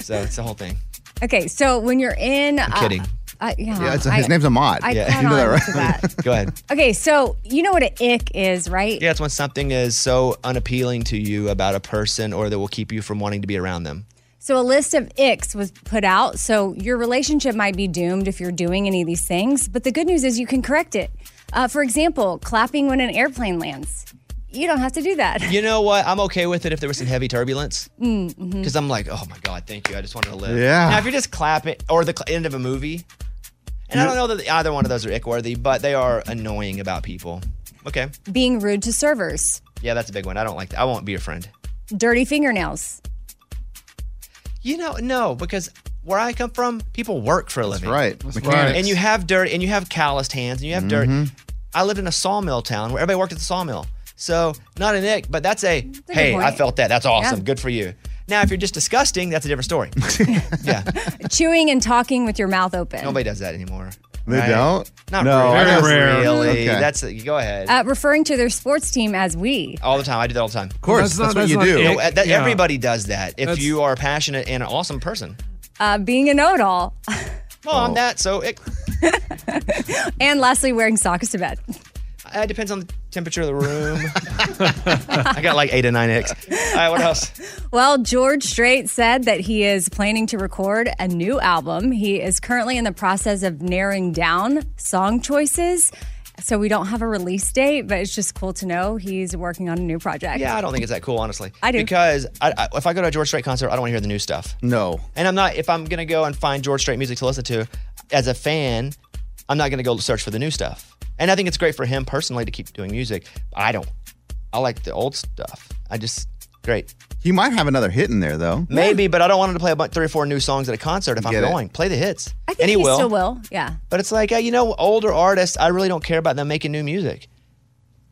So it's the whole thing.
Okay, so when you're in. I'm
kidding.
Uh, yeah,
yeah. It's,
I-
his name's Ahmad.
I
Yeah.
caught
(laughs) You know that,
on
right?
to that.
Go ahead.
Okay, so you know what an ick is, right?
Yeah, it's when something is so unappealing to you about a person or that will keep you from wanting to be around them.
So a list of icks was put out. So your relationship might be doomed if you're doing any of these things. But the good news is you can correct it. Uh, for example, clapping when an airplane lands. You don't have to do that.
(laughs)
You know what? I'm okay with it if there was some heavy turbulence. Because I'm like, oh my God, thank you. I just wanted to live.
Yeah.
Now, if you're just clapping or the cl- end of a movie, and I don't know that either one of those are ick worthy, but they are annoying about people. Okay.
Being rude to servers,
Yeah, that's a big one. I don't like that. I won't be your friend.
dirty fingernails.
You know, no, because where I come from, people work for a
That's
living.
right. Mechanics.
And you have dirt and you have calloused hands and you have
Mm-hmm.
dirt. I lived in a sawmill town where everybody worked at the sawmill. So not an ick, but that's a,
a
hey,
good
I
point.
felt that. That's awesome.
Yeah.
Good for you. Now, if you're just disgusting, that's a different
(laughs)
story. yeah.
Chewing and talking with your mouth open.
Nobody does that anymore.
They
Right?
don't.
Not
no,
really.
I
Very
guess-
rare.
Really.
Okay.
That's go ahead.
Uh, referring to their sports team as we.
all the time. I do that all the time.
Of course,
That's
that's,
not-
what
that's
you
not
do.
it.
No, uh, that-
Yeah.
Everybody does that if
That's-
you are passionate and an awesome person.
Uh, being a know it all.
Well,
Oh.
I'm that, so it
And lastly, wearing socks to bed.
uh, It depends on the temperature of the room. (laughs) I got like eight or nine X. All right, what else?
Well, George Strait said that he is planning to record a new album. He is currently in the process of narrowing down song choices. So we don't have a release date, but it's just cool to know he's working on a new project.
Yeah, I don't think it's that cool, honestly.
I do.
because I, I, if I go to a George Strait concert, I don't want to hear the new stuff.
No.
And I'm not. If I'm gonna go and find George Strait music to listen to, as a fan, I'm not gonna go search for the new stuff. And I think it's great for him personally to keep doing music. I don't. I like the old stuff. I just great.
He might have another hit in there though.
Maybe, but I don't want him to play about three or four new songs at a concert if I'm
Get it.
going. Play the hits.
I think
and he,
he,
will.
still will. Yeah.
But it's like, uh, you know, older artists, I really don't care about them making new music.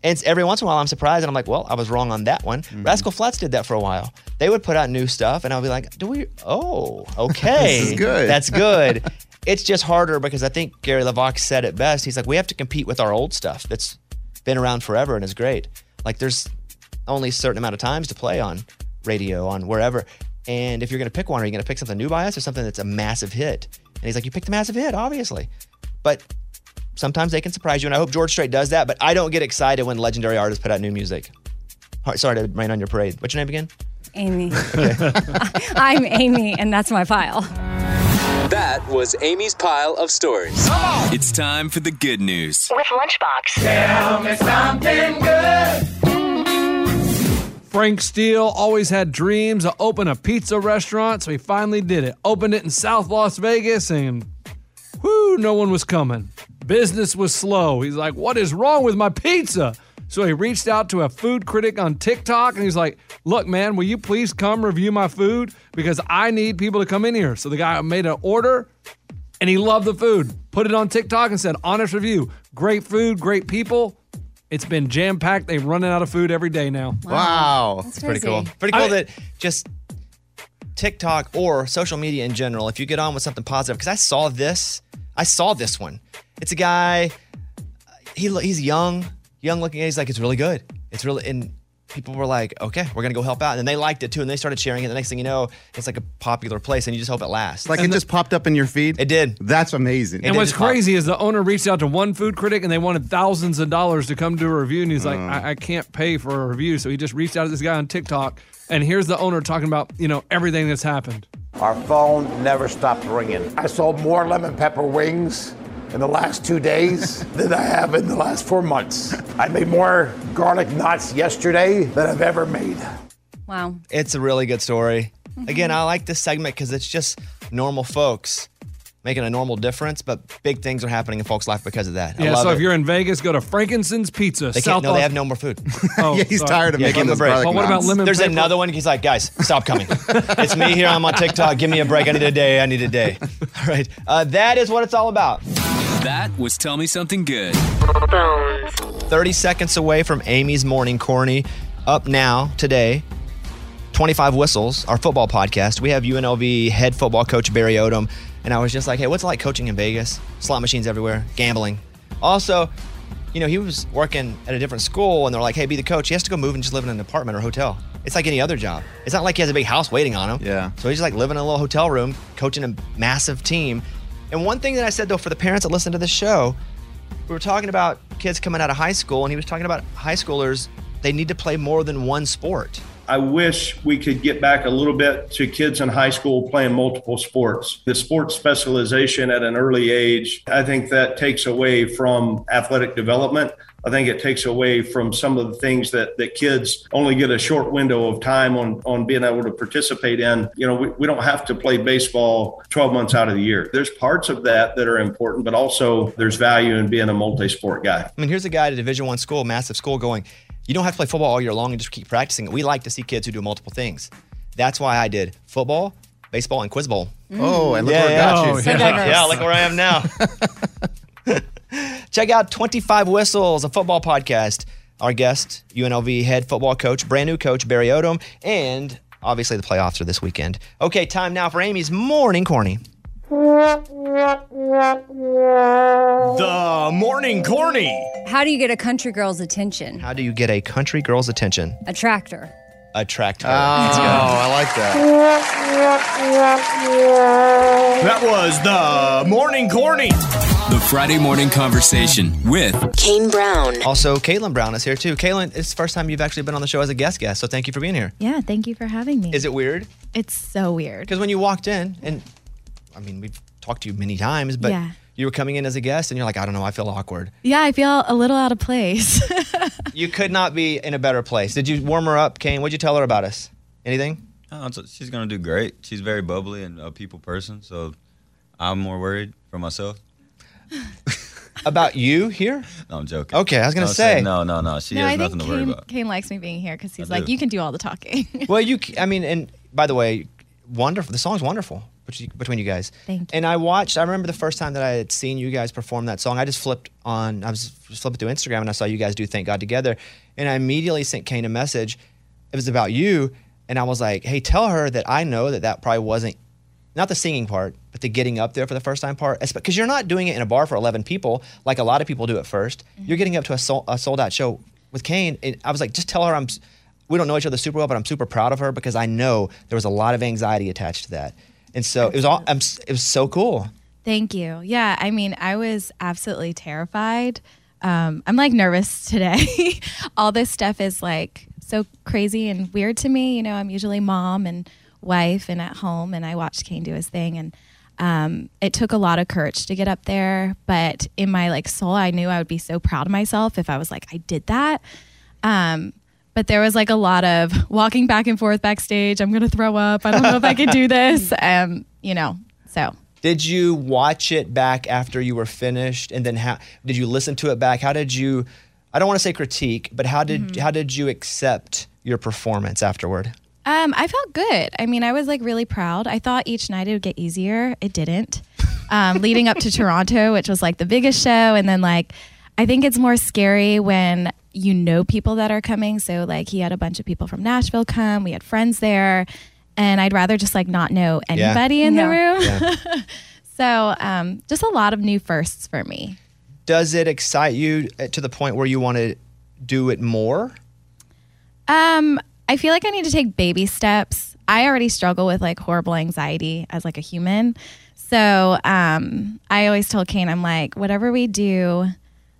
And it's- every once in a while, I'm surprised and I'm like, well, I was wrong on that one.
Mm-hmm.
Rascal Flats did that for a while. They would put out new stuff and I'll be like, do we? Oh, okay.
(laughs) This is good.
That's
(laughs)
good. it's just harder because I think Gary LaVox said it best. He's like, we have to compete with our old stuff that's been around forever and is great. Like, there's only a certain amount of times to play on radio, on wherever. And if you're going to pick one, are you going to pick something new by us or something that's a massive hit? And he's like, you picked a massive hit, obviously. But sometimes they can surprise you. And I hope George Strait does that. But I don't get excited when legendary artists put out new music. Har- Sorry to rain on your parade. What's your name again? (laughs)
Amy. (laughs) I'm Amy, and that's my file.
That was Amy's pile of stories.
It's time for the good news.
With Lunchbox.
Tell me something
good.
Frank Steele always had dreams to open a pizza restaurant, so he finally did it. Opened it in South Las Vegas, and whoo, no one was coming. Business was slow. He's like, What is wrong with my pizza? So he reached out to a food critic on TikTok and he's like, Look, man, will you please come review my food? Because I need people to come in here. So the guy made an order and he loved the food. Put it on TikTok and said, Honest review. Great food, great people. It's been jam packed. They're running out of food every day now.
Wow.
That's
It's pretty
crazy.
cool. Pretty cool
I-
that just TikTok or social media in general, if you get on with something positive, because I saw this, I saw this one. It's a guy, he lo- he's young, young looking, and he's like, it's really good. It's really, and people were like, okay, we're gonna go help out. And then they liked it too, and they started sharing it. The next thing you know, it's like a popular place, and you just hope it lasts.
Like it just popped up in your feed. It
did.
That's amazing.
And
(laughs)
what's crazy is the owner reached out to one food critic and they wanted thousands of dollars to come do a review. And he's
Oh.
like, I, I can't pay for a review. So he just reached out to this guy on TikTok. And here's the owner talking about, you know, everything that's happened.
Our phone never stopped ringing. I sold more lemon pepper wings in the last two
(laughs)
days than I have in the last four months. I made more garlic knots yesterday than I've ever made.
Wow.
It's a really good story.
Mhm.
Again, I like this segment because it's just normal folks making a normal difference, but big things are happening in folks' life because of that. I
Yeah.
love
So
it.
if you're in Vegas, go to Frankincense Pizza.
They
South
can't, no, they
Los-
have no more
(laughs)
food.
Oh, Yeah, he's sorry. tired of
yeah,
making
give him a
those
break.
garlic Well, what about knots. lemon
There's
pepper?
another one. He's like, guys, stop coming. it's me here. I'm on TikTok. Give me a break. I need a day. I need a day. (laughs) All right. Uh, that is what it's all about.
That was Tell Me Something Good.
30 seconds away from Amy's Morning Corny. Up now, today, 25 Whistles, our football podcast. We have UNLV head football coach Barry Odom. And I was just like, hey, what's it like coaching in Vegas? Slot machines everywhere, gambling. Also, you know, he was working at a different school and they're like, hey, be the coach. He has to go move and just live in an apartment or hotel. It's like any other job. It's not like he has a big house waiting on him. Yeah. So he's like living in a little hotel room, coaching a massive team. And one thing that I said though, for the parents that listen to this show, we were talking about kids coming out of high school, and he was talking about high schoolers, they need to play more than one sport.
I wish we could get back a little bit to kids in high school playing multiple sports. The sports specialization at an early age, I think that takes away from athletic development. I think it takes away from some of the things that, that kids only get a short window of time on, on being able to participate in. You know, we, we don't have to play baseball 12 months out of the year. There's parts of that that are important, but also there's value in being a multi sport guy.
I mean, here's a guy at a Division One school, massive school, going, you don't have to play football all year long and just keep practicing. it. We like to see kids who do multiple things. That's why I did football, baseball, and quiz bowl.
Mm. Oh, and look where it
yeah.
got you. So
yeah.
diverse.
Yeah, look where I am now. (laughs) Check out 25 Whistles, a football podcast. Our guest, UNLV head football coach, brand new coach Barry Odom, and obviously the playoffs are this weekend. Okay, time now for Amy's morning corny.
The
How do you get a country girl's attention?
How do you get a country girl's attention?
A tractor.
attract her.
Oh, I like
That was the morning corny.
The Friday morning conversation with
Kane Brown. Also, Caitlin Brown is here too. Caitlin, it's the first time you've actually been on the show as a guest guest, so thank you for being here.
Yeah, thank you for having me.
Is it weird?
It's so weird.
Because when you walked in, and I mean, we've talked to you many times, but
Yeah.
you were coming in as a guest and you're like, I don't know, I feel awkward.
Yeah, I feel a little out of place.
you could not be in a better place. Did you warm her up, Kane? What'd you tell her about us? Anything?
Oh, it's- she's gonna do great. She's very bubbly and a people person, so I'm more worried for myself.
About you here?
No, I'm joking.
Okay, I was gonna
No, I'm
say.
no, no, no. She
no, (laughs)
has
I
nothing
think
to worry
Kane,
about.
Kane likes me being here because he's
I
like,
do.
you can do all the talking. (laughs)
(laughs) well, you, c- I mean, and by the way, wonderful. The song's wonderful bet- between you guys.
Thank you.
And I watched, I remember the first time that I had seen you guys perform that song. I just flipped on, I was just flipping through Instagram and I saw you guys do Thank God Together. And I immediately sent Kane a message. It was about you. And I was like, hey, tell her that I know that that probably wasn't, not the singing part, but the getting up there for the first time part. Because you're not doing it in a bar for 11 people like a lot of people do at 1st you You're getting up to a, sol- a sold out show with Kane. And I was like, just tell her I'm, s- we don't know each other super well, but I'm super proud of her because I know there was a lot of anxiety attached to that. And so it was all, I'm, s- it was so cool.
Thank you. Yeah, I mean, I was absolutely terrified. Um, I'm like nervous today. All this stuff is like so crazy and weird to me. You know, I'm usually mom and wife and at home, and I watched Kane do his thing. And um, it took a lot of courage to get up there. But in my like soul, I knew I would be so proud of myself if I was like, I did that. Um, but there was like a lot of walking back and forth backstage. I'm going to throw up. I don't know if I could do this. Um, you know, so.
Did you watch it back after you were finished, and then how did you listen to it back? How did you? I don't want to say critique, but how did how did you accept your performance afterward?
Um, I felt good. I mean, I was like really proud. I thought each night it would get easier. It didn't. Um, leading up to Toronto, which was like the biggest show, and then like I think it's more scary when you know people that are coming. So like he had a bunch of people from Nashville come. We had friends there, and I'd rather just like not know
Yeah.
anybody in the
Yeah.
room. (laughs) so um, just a lot of new firsts for me.
Does it excite you uh, to the point where you want to do it more?
Um, I feel like I need to take baby steps. I already struggle with like horrible anxiety as like a human. So um, I always tell Kane, I'm like, whatever we do,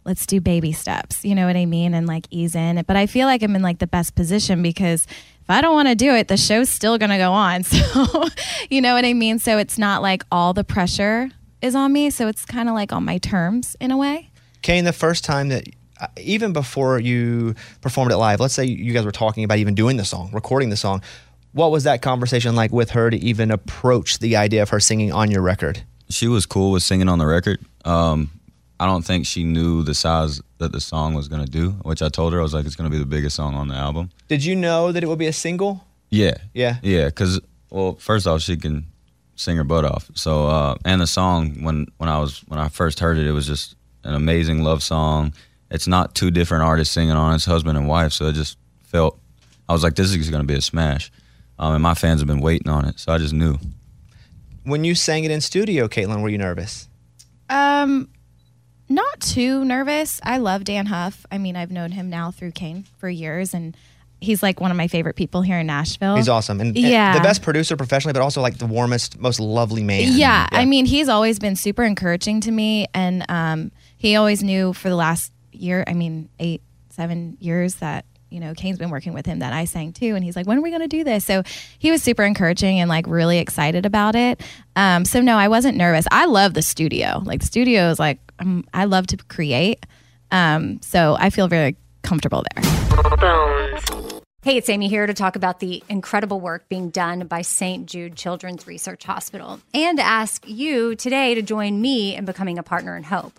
let's do baby steps. You know what I mean? And like ease in. But I feel like I'm in like the best position because if I don't want to do it, the show's still going to go on. So, you know what I mean? So it's not like all the pressure is on me. So it's kind of like on my terms in a way.
Kane, the first time that uh, even before you performed it live, let's say you guys were talking about even doing the song, recording the song. What was that conversation like with her to even approach the idea of her singing on your record?
She was cool with singing on the record. Um, I don't think she knew the size that the song was gonna do, which I told her I was like, it's gonna be the biggest song on the album.
Did you know that it would be a single?
Yeah.
Yeah.
Yeah, because well, first off, she can sing her butt off. So uh, and the song when when I was when I first heard it, it was just an amazing love song. It's not two different artists singing on it, it's husband and wife, so it just felt I was like, this is gonna be a smash, um, and my fans have been waiting on it, so I just knew.
When you sang it in studio, Caitlin, were you nervous?
Um, not too nervous. I love Dan Huff. I mean, I've known him now through Kane for years, and he's like one of my favorite people here in Nashville.
He's awesome. And, and
yeah,
the best producer professionally, but also like the warmest, most lovely man.
Yeah, I mean, he's always been super encouraging to me, and um, he always knew for the last year. I mean, eight, seven years that you know Kane's been working with him that I sang too, and he's like, "When are we going to do this?" So he was super encouraging and like really excited about it. Um, so no, I wasn't nervous. I love the studio. Like the studio is like um, I love to create. Um, so I feel very comfortable there.
Hey, it's Amy here to talk about the incredible work being done by St. Jude Children's Research Hospital and ask you today to join me in becoming a partner in hope.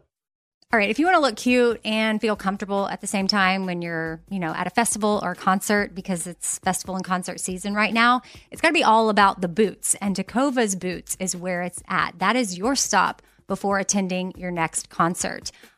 All right, if you want to look cute and feel comfortable at the same time when you're, you know, at a festival or a concert because it's festival and concert season right now, it's got to be all about the boots. And Takova's Boots is where it's at. That is your stop before attending your next concert.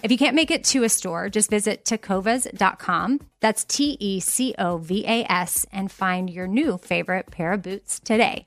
If you can't make it to a store, just visit tecovas.com. That's T E C O V A S and find your new favorite pair of boots today.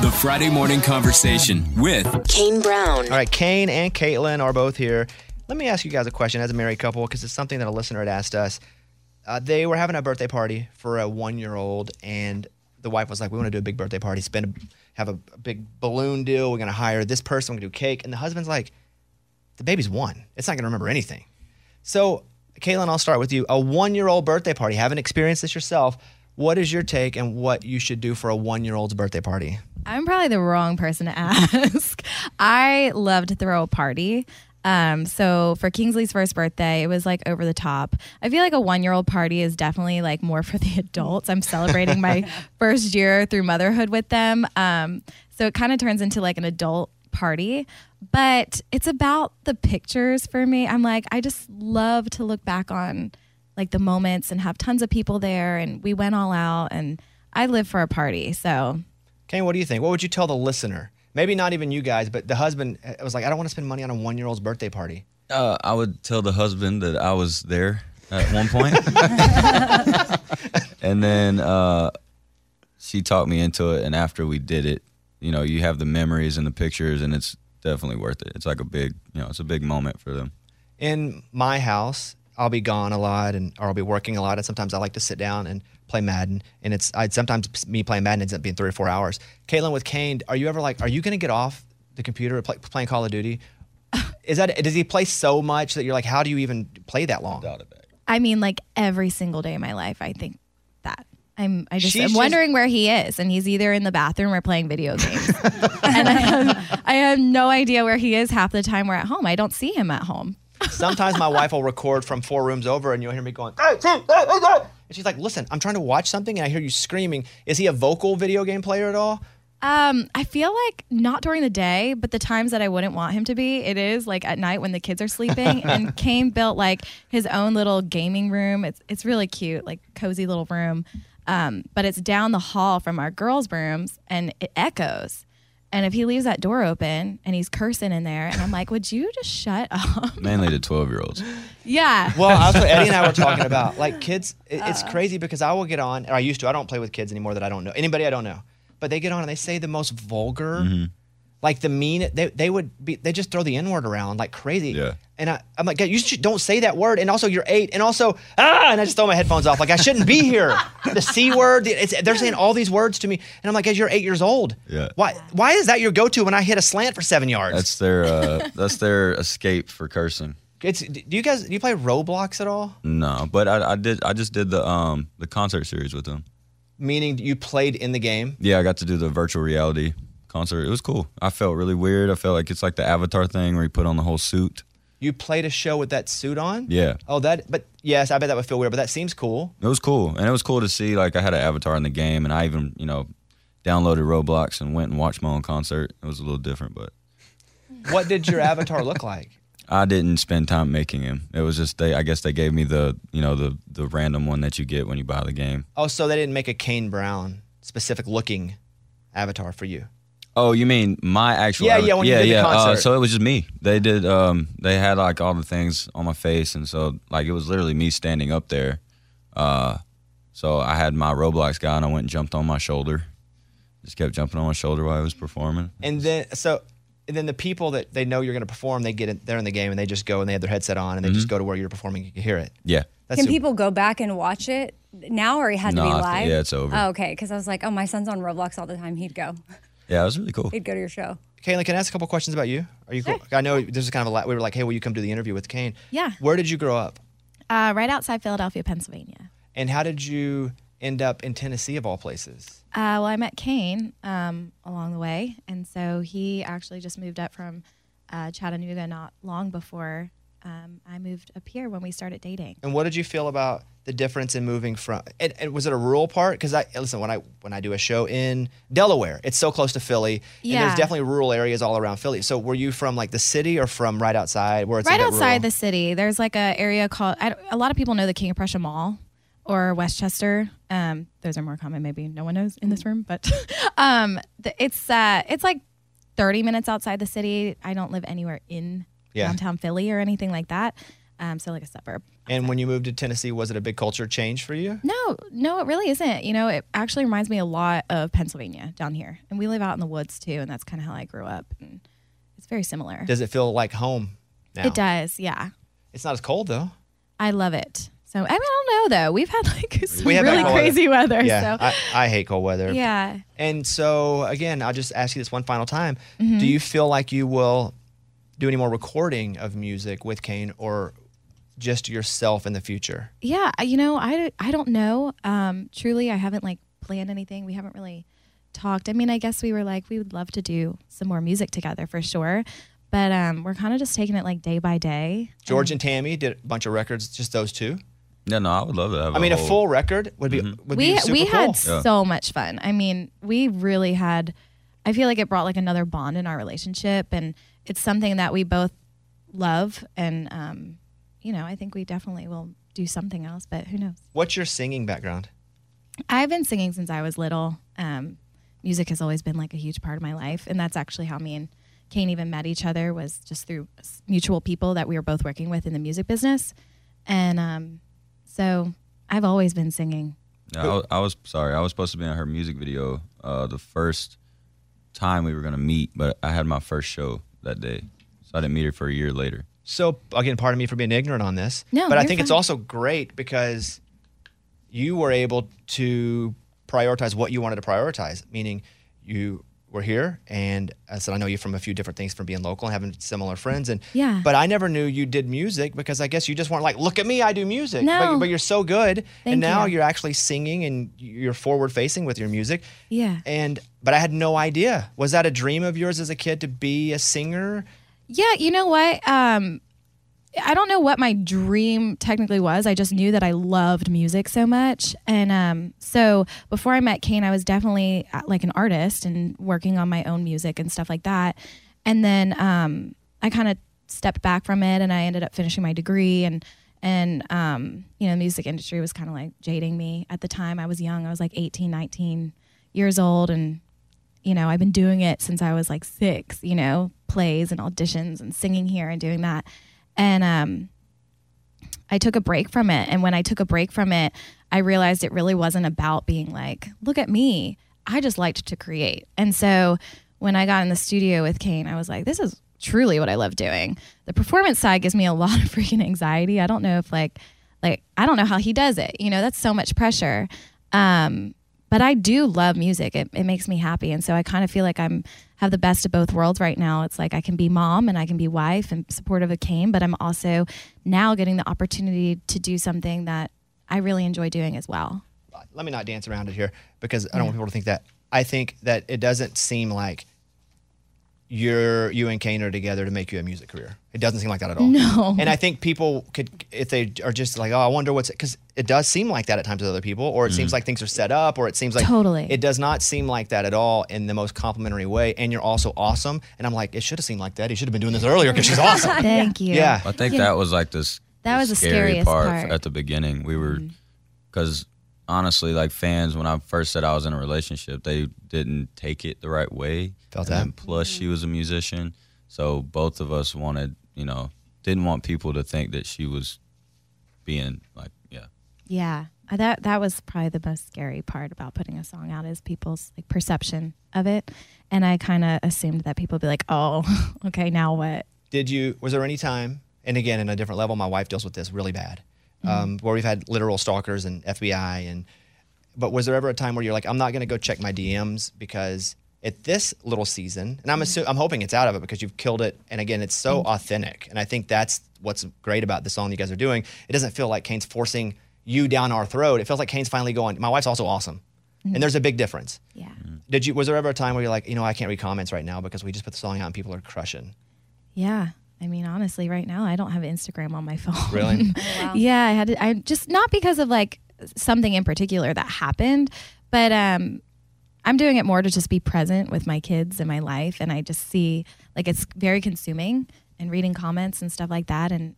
The Friday morning conversation with
Kane Brown. All right, Kane and Caitlin are both here. Let me ask you guys a question as a married couple because it's something that a listener had asked us. Uh, they were having a birthday party for a one year old, and the wife was like, We want to do a big birthday party, spend a, have a big balloon deal. We're going to hire this person, we're going to do cake. And the husband's like, The baby's one. It's not going to remember anything. So, Caitlin, I'll start with you. A one year old birthday party, haven't experienced this yourself. What is your take and what you should do for a one year old's birthday party?
I'm probably the wrong person to (laughs) ask. I love to throw a party. Um, so for Kingsley's first birthday, it was like over the top. I feel like a one year old party is definitely like more (laughs) for the adults. I'm celebrating my first year through motherhood with them. Um, so it kind of turns into like an adult party, but it's about the pictures for me. I'm like, I just love to look back on like the moments and have tons of people there. And we went all out and I live for a party. So
Kane, what do you think? What would you tell the listener? Maybe not even you guys, but the husband uh, was like, I don't want to spend money on a one year old's birthday party.
Uh, I would tell the husband that I was there at one point, and then uh, she talked me into it. And after we did it, you know, you have the memories and the pictures, and it's definitely worth it. It's like a big, you know, it's a big moment for them.
In my house, I'll be gone a lot and or I'll be working a lot. And sometimes I like to sit down and play Madden. And it's I sometimes me playing Madden ends up being three or four hours. Caitlin with Kane, are you ever like, are you going to get off the computer and play, playing Call of Duty? Is that does he play so much that you're like, how do you even play that long?
I mean, like every single day of my life, I think that. I'm, I just,
She's
I'm
just-
wondering where he is, and he's either in the bathroom or playing video games. (laughs) and I have, I have no idea where he is half the time we're at home. I don't see him at home.
Sometimes my wife will record from four rooms over, and you'll hear me going, "Hey, two, hey, hey, hey." and she's like, listen, I'm trying to watch something, and I hear you screaming. Is he a vocal video game player at all?
Um, I feel like not during the day, but the times that I wouldn't want him to be, it is like at night when the kids
(laughs)
are sleeping. and Kane built like his own little gaming room. It's it's really cute, like cozy little room. Um, but it's down the hall from our girls' rooms, and it echoes. And if he leaves that door open and he's cursing in there, and I'm like, "Would you just shut up?"
Mainly the twelve year olds.
yeah.
Well, that's what Eddie and I were talking about. Like kids, it, it's crazy because I will get on, or I used to. I don't play with kids anymore that I don't know anybody I don't know, but they get on and they say the most vulgar, like the mean. They they would be they just throw the n word around like crazy. Yeah. And I, I'm like, "God, you should, don't say that word. And also, you're eight. And also, ah! And I just throw my headphones off. Like I shouldn't be here. the c word. the- It's, they're saying all these words to me, and I'm like, "Guys, you're eight years old.
Yeah.
Why why is that your go to when I hit a slant for seven yards?
That's their uh, that's their escape for cursing.
It's do you guys do you play Roblox at all?
No, but I, I did. I just did the um the concert series with them.
Meaning you played in the game?
Yeah, I got to do the virtual reality concert. It was cool. I felt really weird. I felt like it's like the Avatar thing where you put on the whole suit.
You played a show with that suit on?
Yeah,
Oh, that. But yes, I bet that would feel weird. But that seems cool.
it was cool, and it was cool to see. Like I had an avatar in the game, and I even you know downloaded Roblox and went and watched my own concert. It was a little different, but
What did your avatar look like? (laughs)
I didn't spend time making him. It was just they. I guess they gave me the you know the the random one that you get when you buy the game.
Oh, so they didn't make a Kane Brown specific looking avatar for you.
Oh, you mean my actual?
Yeah,
avatar?
yeah, when you did the
Uh,
concert.
so it was just me. They did. Um, they had like all the things on my face, and so like it was literally me standing up there. Uh, so I had my Roblox guy, and I went and jumped on my shoulder. Just kept jumping on my shoulder while I was performing.
And then so and then the people that they know you're going to perform, they get in, they're in the game and they just go and they have their headset on and they just go to where you're performing. You can hear it.
Mm-hmm. Yeah.
That's
Can
super-
people go back and watch it now, or it had to
No,
be
I think-
live?
yeah, it's over.
Oh, okay, because I was like, oh, my son's on Roblox all the time. He'd go.
Yeah, it was really cool.
He'd go to your show.
Caitlin, can I ask a couple questions about you? Are you cool? I know this is kind of a lot. We were like, hey, will you come do the interview with Kane?
Yeah.
Where did you grow up?
Uh, right outside Philadelphia, Pennsylvania.
And how did you end up in Tennessee of all places?
Uh, well, I met Kane um, along the way, and so he actually just moved up from uh, Chattanooga not long before um, I moved up here when we started dating.
And what did you feel about the difference in moving from? And, and was it a rural part? Because I listen when I when I do a show in Delaware, it's so close to Philly, and
Yeah.
there's definitely rural areas all around Philly. So were you from like the city or from right outside where it's a
right
bit
outside
rural?
the city, there's like a area called. I, don't- a lot of people know the King of Prussia Mall or Westchester. Um, those are more common. Maybe no one knows in this room, but (laughs) um, the, it's uh, it's like 30 minutes outside the city. I don't live anywhere in
Yeah.
downtown Philly or anything like that. Um, so like a suburb.
And when you moved to Tennessee, was it a big culture change for you?
No, no, it really isn't. You know, it actually reminds me a lot of Pennsylvania down here, and we live out in the woods too, and that's kind of how I grew up. And it's very similar.
Does it feel like home now?
It does, yeah.
It's not as cold though.
I love it. So I, mean, I don't know though. We've had like some
have that
really
cold
crazy weather.
Yeah,
so
I, I hate cold weather.
yeah,
And so again, I'll just ask you this one final time:
Mhm.
Do you feel like you will do any more recording of music with Kane, or just yourself in the future?
yeah. I- You know, I I don't know. Um, truly, I haven't like planned anything. We haven't really talked. I mean, I guess we were like we would love to do some more music together for sure, but um, we're kind of just taking it like day by day.
George and Tammy did a bunch of records, just those two.
Yeah, no, I would love to have.
I mean, a
whole- Mm-hmm.
full record would be would
we
be super
we
cool.
had so much fun. I mean, we really had. I feel like it brought like another bond in our relationship, and it's something that we both love. And um, you know, I think we definitely will do something else, but who knows?
What's your singing background?
I've been singing since I was little. Um, music has always been like a huge part of my life, and that's actually how me and Kane even met each other was just through s- mutual people that we were both working with in the music business, and um, so I've always been singing.
Yeah, I, wa- I was sorry. I was supposed to be in her music video uh, the first time we were gonna meet, but I had my first show that day, so I didn't meet her for a year later.
So again, pardon me for being ignorant on this,
No,
but I
you're
think it's
fine.
also great because you were able to prioritize what you wanted to prioritize. Meaning, you were here, and I said I know you from a few different things from being local and having similar friends, and
Yeah.
But I never knew you did music because I guess you just weren't like, look at me, I do music.
No.
But, but you're so good, and
Thank
now
you.
are actually singing and you're forward facing with your music.
Yeah.
And but I had no idea. Was that a dream of yours as a kid to be a singer?
Yeah, you know what? Um, I don't know what my dream technically was. I just knew that I loved music so much, and um, so before I met Kane, I was definitely uh, like an artist and working on my own music and stuff like that. And then um, I kind of stepped back from it, and I ended up finishing my degree and. And, um, you know, the music industry was kind of like jading me at the time. I was young. I was like 18, 19 years old. And you know, I've been doing it since I was like six, you know, plays and auditions and singing here and doing that. And um, I took a break from it. And when I took a break from it, I realized it really wasn't about being like, look at me. I just liked to create. And so when I got in the studio with Kane, I was like, this is truly what I love doing. The performance side gives me a (laughs) lot of freaking anxiety. I don't know if like, like, I don't know how he does it. You know, that's so much pressure. Um,
But I do love music. It, it makes me happy. And so I kind of feel like I'm have the best of both worlds right now. It's like I can be mom and I can be wife and supportive of Kane, but I'm also now getting the opportunity to do something that I really enjoy doing as well.
let me not dance around it here because I don't want people to think that. I think that it doesn't seem like you're you and Kane are together to make you a music career. It doesn't seem like that at all.
No.
And I think people could if they are just like, oh, I wonder what's because it does seem like that at times with other people, or it seems like things are set up, or it seems like
Totally.
It does not seem like that at all in the most complimentary way. And you're also awesome. And I'm like, it should have seemed like that. He should have been doing this earlier because she's awesome.
(laughs) Thank you.
Yeah.
I think
You
that
know,
was like this.
that was the
scary
scariest
part,
part.
at the beginning. We were, because honestly, like fans, when I first said I was in a relationship, they didn't take it the right way.
Felt
and that. Plus, she was a musician, so both of us wanted, you know, didn't want people to think that she was being like, yeah.
Yeah. Uh, That that was probably the most scary part about putting a song out is people's like perception of it. And I kind of assumed that people would be like, "Oh, okay, now what?"
did you was there any time and again in a different level my wife deals with this really bad um, where we've had literal stalkers and fbi and but was there ever a time where you're like i'm not going to go check my dms because at this little season and i'm assuming i'm hoping it's out of it because you've killed it and again it's so authentic and i think that's what's great about the song you guys are doing it doesn't feel like kane's forcing you down our throat it feels like kane's finally going my wife's also awesome and there's a big difference
yeah
did you was there ever a time where you're like you know i can't read comments right now because we just put the song out and people are crushing
Yeah. I mean, honestly, right now I don't have Instagram on my phone.
(laughs)
Really?
yeah, I had to, I just not because of like something in particular that happened, but um I'm doing it more to just be present with my kids and my life and I just see like it's very consuming and reading comments and stuff like that and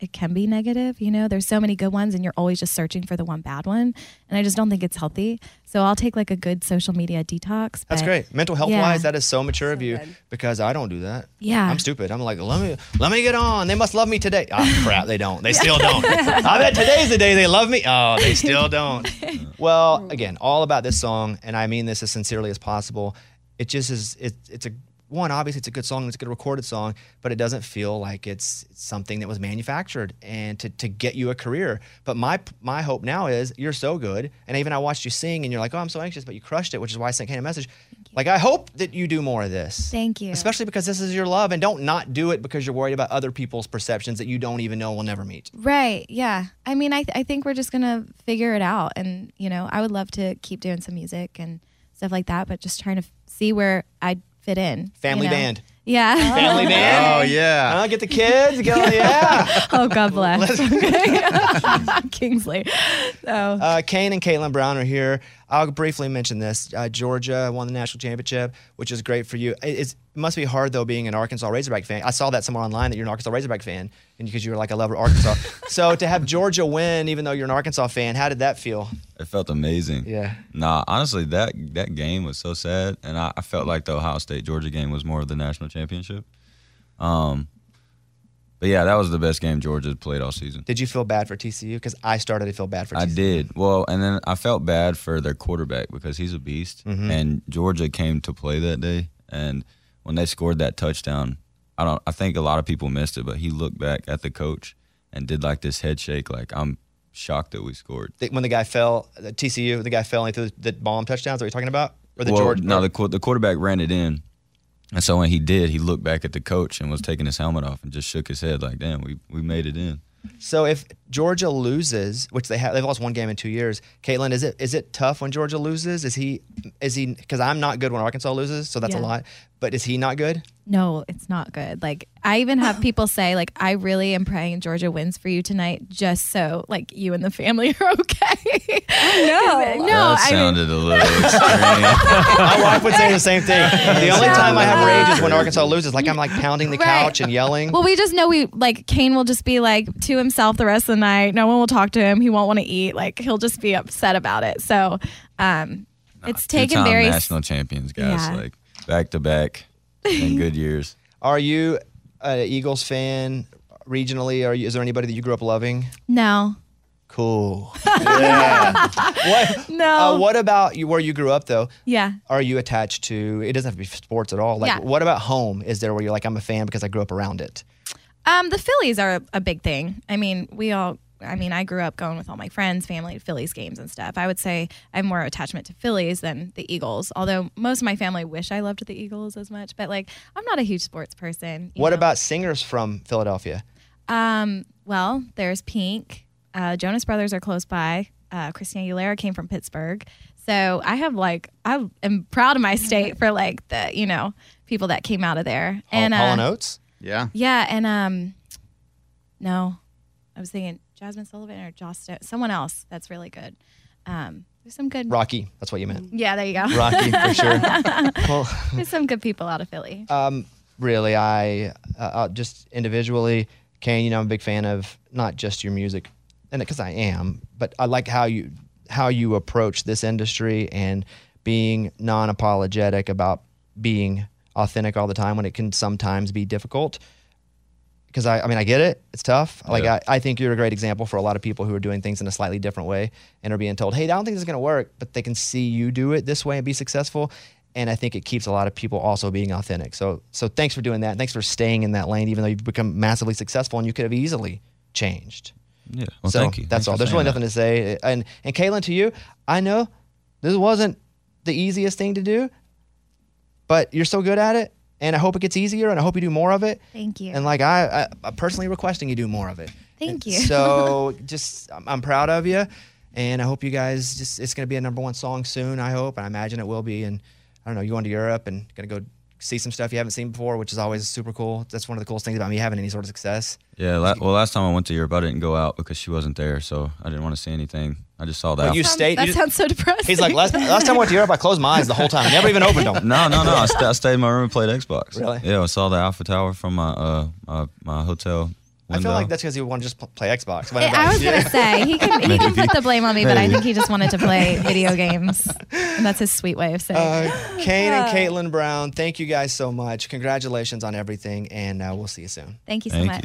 it can be negative, you know. There's so many good ones and you're always just searching for the one bad one and I just don't think it's healthy. So I'll take like a good social media detox.
That's
but-
great. Mental health
Yeah.
wise, that is so mature of you because I don't do that.
Yeah.
I'm stupid. I'm like, let me let me get on. They must love me today. Ah, (laughs) crap, they don't. They still
(laughs)
don't. I bet today's the day they love me. Oh, they still don't. well, again, all about this song, and I mean this as sincerely as possible. It just is. It, it's a one. Obviously, it's a good song. It's a good recorded song, but it doesn't feel like it's something that was manufactured and to, to get you a career. But my my hope now is you're so good, and even I watched you sing, and you're like, oh, I'm so anxious, but you crushed it, which is why I sent Kane a message. Like I hope that you do more of this.
Thank you.
Especially because this is your love, and don't not do it because you're worried about other people's perceptions that you don't even know will never meet.
Right. Yeah. I mean, I, th- I think we're just going to figure it out. And, you know, I would love to keep doing some music and stuff like that, but just trying to f- see where I fit in. you
Family
know?
band.
Yeah. (laughs)
Family band.
Oh, yeah.
Huh? Get the kids. Get all, yeah.
oh, God
(laughs)
bless. Kingsley. So.
Uh, Kane and Caitlin Brown are here. I'll briefly mention this. Uh, Georgia won the national championship, which is great for you. It, it's, it must be hard though being an Arkansas Razorback fan. I saw that somewhere online that you're an Arkansas Razorback fan, and because you were like, I love
(laughs)
Arkansas. so to have Georgia win, even though you're an Arkansas fan, how did that feel?
It felt amazing.
Yeah.
Nah, honestly, that that game was so sad, and I, I felt like the Ohio State Georgia game was more of the national championship. Um, but yeah, that was the best game Georgia's played all season.
Did you feel bad for TCU? Because I started to feel bad for TCU.
I did well, and then I felt bad for their quarterback because he's a beast,
Mhm.
and Georgia came to play that day, and when they scored that touchdown, I don't, I think a lot of people missed it, but he looked back at the coach and did like this head shake, like I'm shocked that we scored.
The- When the guy fell, uh, the TCU, the guy fell and he threw the bomb touchdowns. Are you talking about? Or the
well,
Georgia?
No, the qu- the quarterback ran it in, and so when he did, he looked back at the coach and was taking his helmet off and just shook his head like, "Damn, we we made it in."
So if Georgia loses, which they have, they've lost one game in two years. Caitlin, is it is it tough when Georgia loses? Is he is he because I'm not good when Arkansas loses, so that's a
Yeah.
lot. But is he not good?
No, it's not good. Like I
(laughs)
even have people say, like, I really am praying Georgia wins for you tonight, just so like you and the family (laughs) are okay. no, no,
that
I mean,
sounded
(laughs)
a little
(laughs)
extreme.
My wife would say the same thing.
(laughs)
The only time I have rage is when Arkansas loses. Like I'm like pounding the
Right.
couch and yelling.
Well, we just know we like Kane will just be like to himself the rest of the night. No one will talk to him. He won't want to eat. Like he'll just be upset about it. So, um, it's taken
Two-time
very.
national champions, guys,
Yeah.
like back to back in good years.
Are you an Eagles fan regionally? Are you? Is there anybody that you grew up loving?
No,
Cool. Yeah. (laughs) what,
No.
Uh, what about you? Where you grew up though?
yeah.
are you attached to? It doesn't have to be sports at all. Like,
Yeah.
what about home? Is there where you're like, I'm a fan because I grew up around it?
Um, the Phillies are a, a big thing. I mean, we all I mean, I grew up going with all my friends, family, to Phillies games and stuff. I would say I have more attachment to Phillies than the Eagles, although most of my family wish I loved the Eagles as much. But like, I'm not a huge sports person. you
What about singers from Philadelphia?
Um, well, there's Pink. Uh, Jonas Brothers are close by. Uh, Christina Aguilera came from Pittsburgh. So I have like I am proud of my state for like the you know people that came out of there.
and
uh,
Oates?
Yeah.
Yeah, and um, no, I was thinking Jasmine Sullivan or Joss Stone, someone else that's really good. Um, there's some good
Rocky. That's what you meant.
Yeah, there you go.
Rocky, for sure. Well,
(laughs) there's some good people out of Philly.
Um, really, I uh, uh, just individually, Kane. You know, I'm a big fan of not just your music, and because I am, but I like how you how you approach this industry and being non-apologetic about being authentic all the time when it can sometimes be difficult. Because I, I mean, I get it. It's tough. Like
Yeah.
I, I think you're a great example for a lot of people who are doing things in a slightly different way and are being told, "Hey, I don't think this is going to work," but they can see you do it this way and be successful and I think it keeps a lot of people also being authentic. So so thanks for doing that. Thanks for staying in that lane, even though you've become massively successful and you could have easily changed.
Yeah. Well,
so
thank you.
that's
Thanks
all.
for
There's really
saying that.
nothing to say. And and Kaylin, to you, I know this wasn't the easiest thing to do, but you're so good at it. And I hope it gets easier and I hope you do more of it.
Thank you.
And like I, I I'm personally requesting you do more of it.
Thank you. (laughs)
So just I'm, I'm proud of you, and I hope you guys just it's gonna be a number one song soon. I hope, and I imagine it will be. And I don't know, you going to Europe and gonna go see some stuff you haven't seen before, which is always super cool. That's one of the coolest things about me having any sort of success.
Yeah. La- well, last time I went to Europe, I didn't go out because she wasn't there, so I didn't want to see anything. I just saw that.
But you stayed. you just-
so
(laughs)
depressing.
he's like last, last time I went to Europe, I closed my eyes the whole time, never even opened
(laughs)
them.
No, no, no. I, sta- I stayed in my room and played Xbox.
Really?
Yeah. I saw the Alpha Tower from my uh my, my hotel window.
I feel like that's because you want to just pl- play Xbox.
I, I was gonna say he can he can
Maybe.
put the blame on me, but I
Maybe.
think he just wanted
(laughs)
to play video games, and that's his sweet way of saying.
(laughs) Uh, Kane
(laughs)
and Caitlin Brown, thank you guys so much. Congratulations on everything, and uh, we'll see you soon.
Thank you so
Thank
much.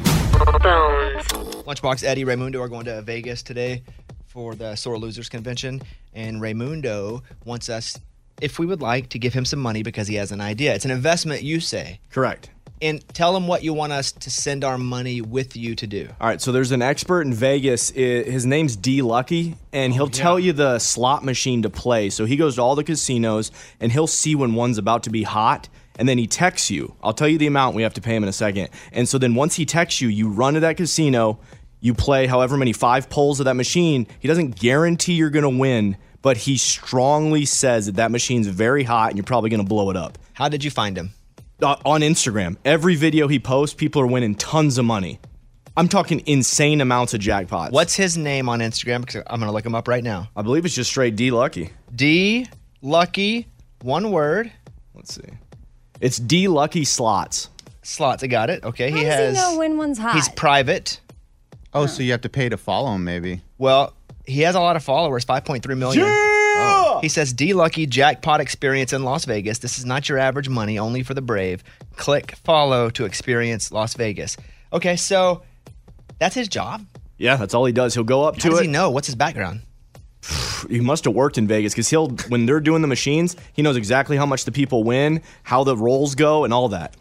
Lunchbox Eddie Raymundo are going to Vegas today for the Sore Losers convention, and Raymundo wants us if we would like to give him some money because he has an idea. It's an investment, you say.
Correct.
And tell him what you want us to send our money with you to do.
All right, so there's an expert in Vegas. I- His name's D Lucky, and he'll tell you the slot machine to play. So he goes to all the casinos and he'll see when one's about to be hot, and then he texts you. I'll tell you the amount we have to pay him in a second. And so then once he texts you, you run to that casino, you play however many five pulls of that machine. He doesn't guarantee you're going to win, but he strongly says that that machine's very hot and you're probably going to blow it up.
How did you find him?
Uh, on Instagram. Every video he posts, people are winning tons of money. I'm talking insane amounts of jackpots.
What's his name on Instagram? Because I'm going to look him up right now.
I believe it's just straight D Lucky.
D Lucky, one word.
Let's see. It's D Lucky Slots.
Slots, I got it. Okay, he
How
has.
does he know when one's hot?
He's private.
Oh, so you have to pay to follow him, maybe.
Well, he has a lot of followers, 5.3 million. Oh. He says, D Lucky Jackpot Experience in Las Vegas. This is not your average money, only for the brave. Click follow to experience Las Vegas. Okay, so that's his job.
Yeah, that's all he does. He'll go up to
How does
it.
he know? What's his background?
He must have worked in Vegas because he'll, when they're doing the machines, he knows exactly how much the people win, how the rolls go, and all that.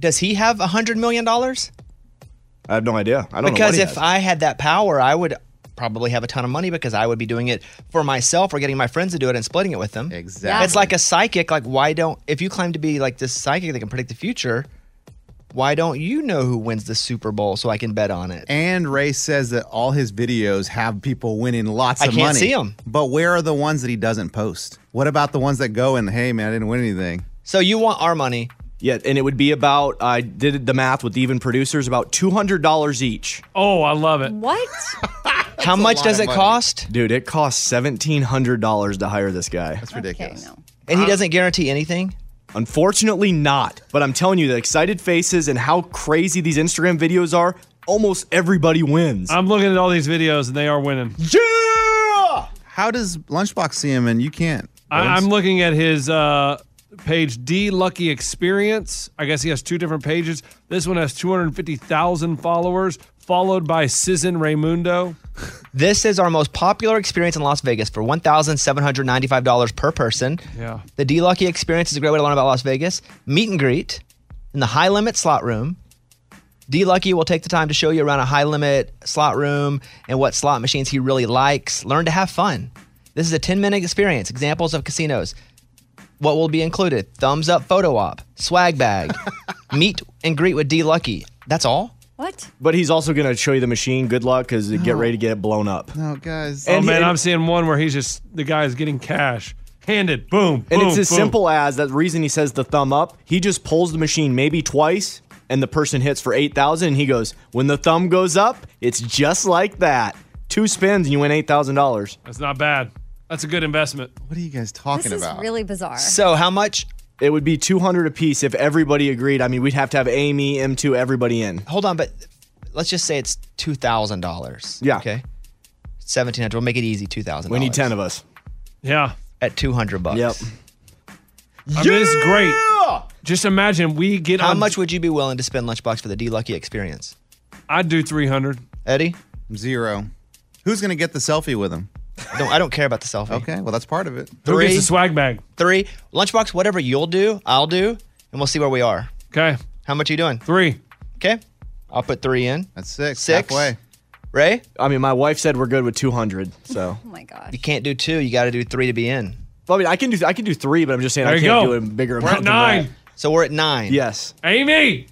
Does he have $100 million?
I have no idea. I don't know. what
because
he
if
has.
I had that power, I would probably have a ton of money because I would be doing it for myself or getting my friends to do it and splitting it with them.
Exactly.
It's like a psychic. Like, why don't, if you claim to be like this psychic that can predict the future, why don't you know who wins the Super Bowl so I can bet on it?
And Ray says that all his videos have people winning lots
I
of money.
can't see 'em.
But where are the ones that he doesn't post? What about the ones that go and hey man, I didn't win anything?
So you want our money?
Yeah, and it would be about I did the math with even producers about two hundred dollars each.
Oh, I love it.
What?
(laughs)
How
much lot does of it money. cost?
Dude, it costs seventeen hundred dollars to hire this guy. That's
ridiculous.
And he doesn't guarantee anything?
Unfortunately, not. But I'm telling you, the excited faces and how crazy these Instagram videos are, almost everybody wins.
I'm looking at all these videos and they are winning.
Yeah!
How does Lunchbox see him and you can't?
I, I'm looking at his uh, page D Lucky Experience. I guess he has two different pages. This one has 250,000 followers, followed by Sizzin Raymundo.
This is our most popular experience in Las Vegas for $1,795 per person.
Yeah.
The D Lucky experience is a great way to learn about Las Vegas. Meet and greet in the high limit slot room. D Lucky will take the time to show you around a high limit slot room and what slot machines he really likes. Learn to have fun. This is a 10 minute experience. Examples of casinos. What will be included? Thumbs up photo op, swag
(laughs)
bag, meet and greet with D Lucky. That's all?
What?
But he's also going to show you the machine. Good luck, because get ready to get blown up.
No, guys.
oh man, I'm seeing one where he's just the guy's getting cash handed. Boom.
And
boom,
it's as
boom.
simple as that reason he says the thumb up. He just pulls the machine maybe twice, and the person hits for 8,000, and he goes, When the thumb goes up, it's just like that. Two spins, and you win $8,000.
That's not bad. That's a good investment.
What are you guys
This is really bizarre.
So, how much?
It would be 200 apiece if everybody agreed. I mean, we'd have to have Amy, M2, everybody in.
Hold on, but let's just say it's $2,000.
Yeah.
Okay. 1700 We'll make it easy 2000
We need 10 of us.
Yeah.
At 200 bucks.
Yep.
I mean, this is great. Just imagine we get
How
on-
much would you be willing to spend lunchbox for the D Lucky experience?
I'd do 300.
Eddie?
Zero. Who's going to get the selfie with him?
I don't, I don't care about the selfie.
Okay, well, that's part of it.
Who gets the swag bag?
Three. Lunchbox, whatever you'll do, I'll do, and we'll see where we are.
Okay.
How much are you doing?
Three.
Okay. I'll put three in.
That's six.
Six. Ray?
I mean, my wife said we're good with 200,
(laughs)
so.
Oh my god.
You can't do two. You got to do three to be in.
Well, I mean, I can do I can do three, but I'm just saying
There
I
you
can't
go.
do a bigger
We're
amount.
at
than
nine.
that.
So we're at nine.
Yes.
Amy.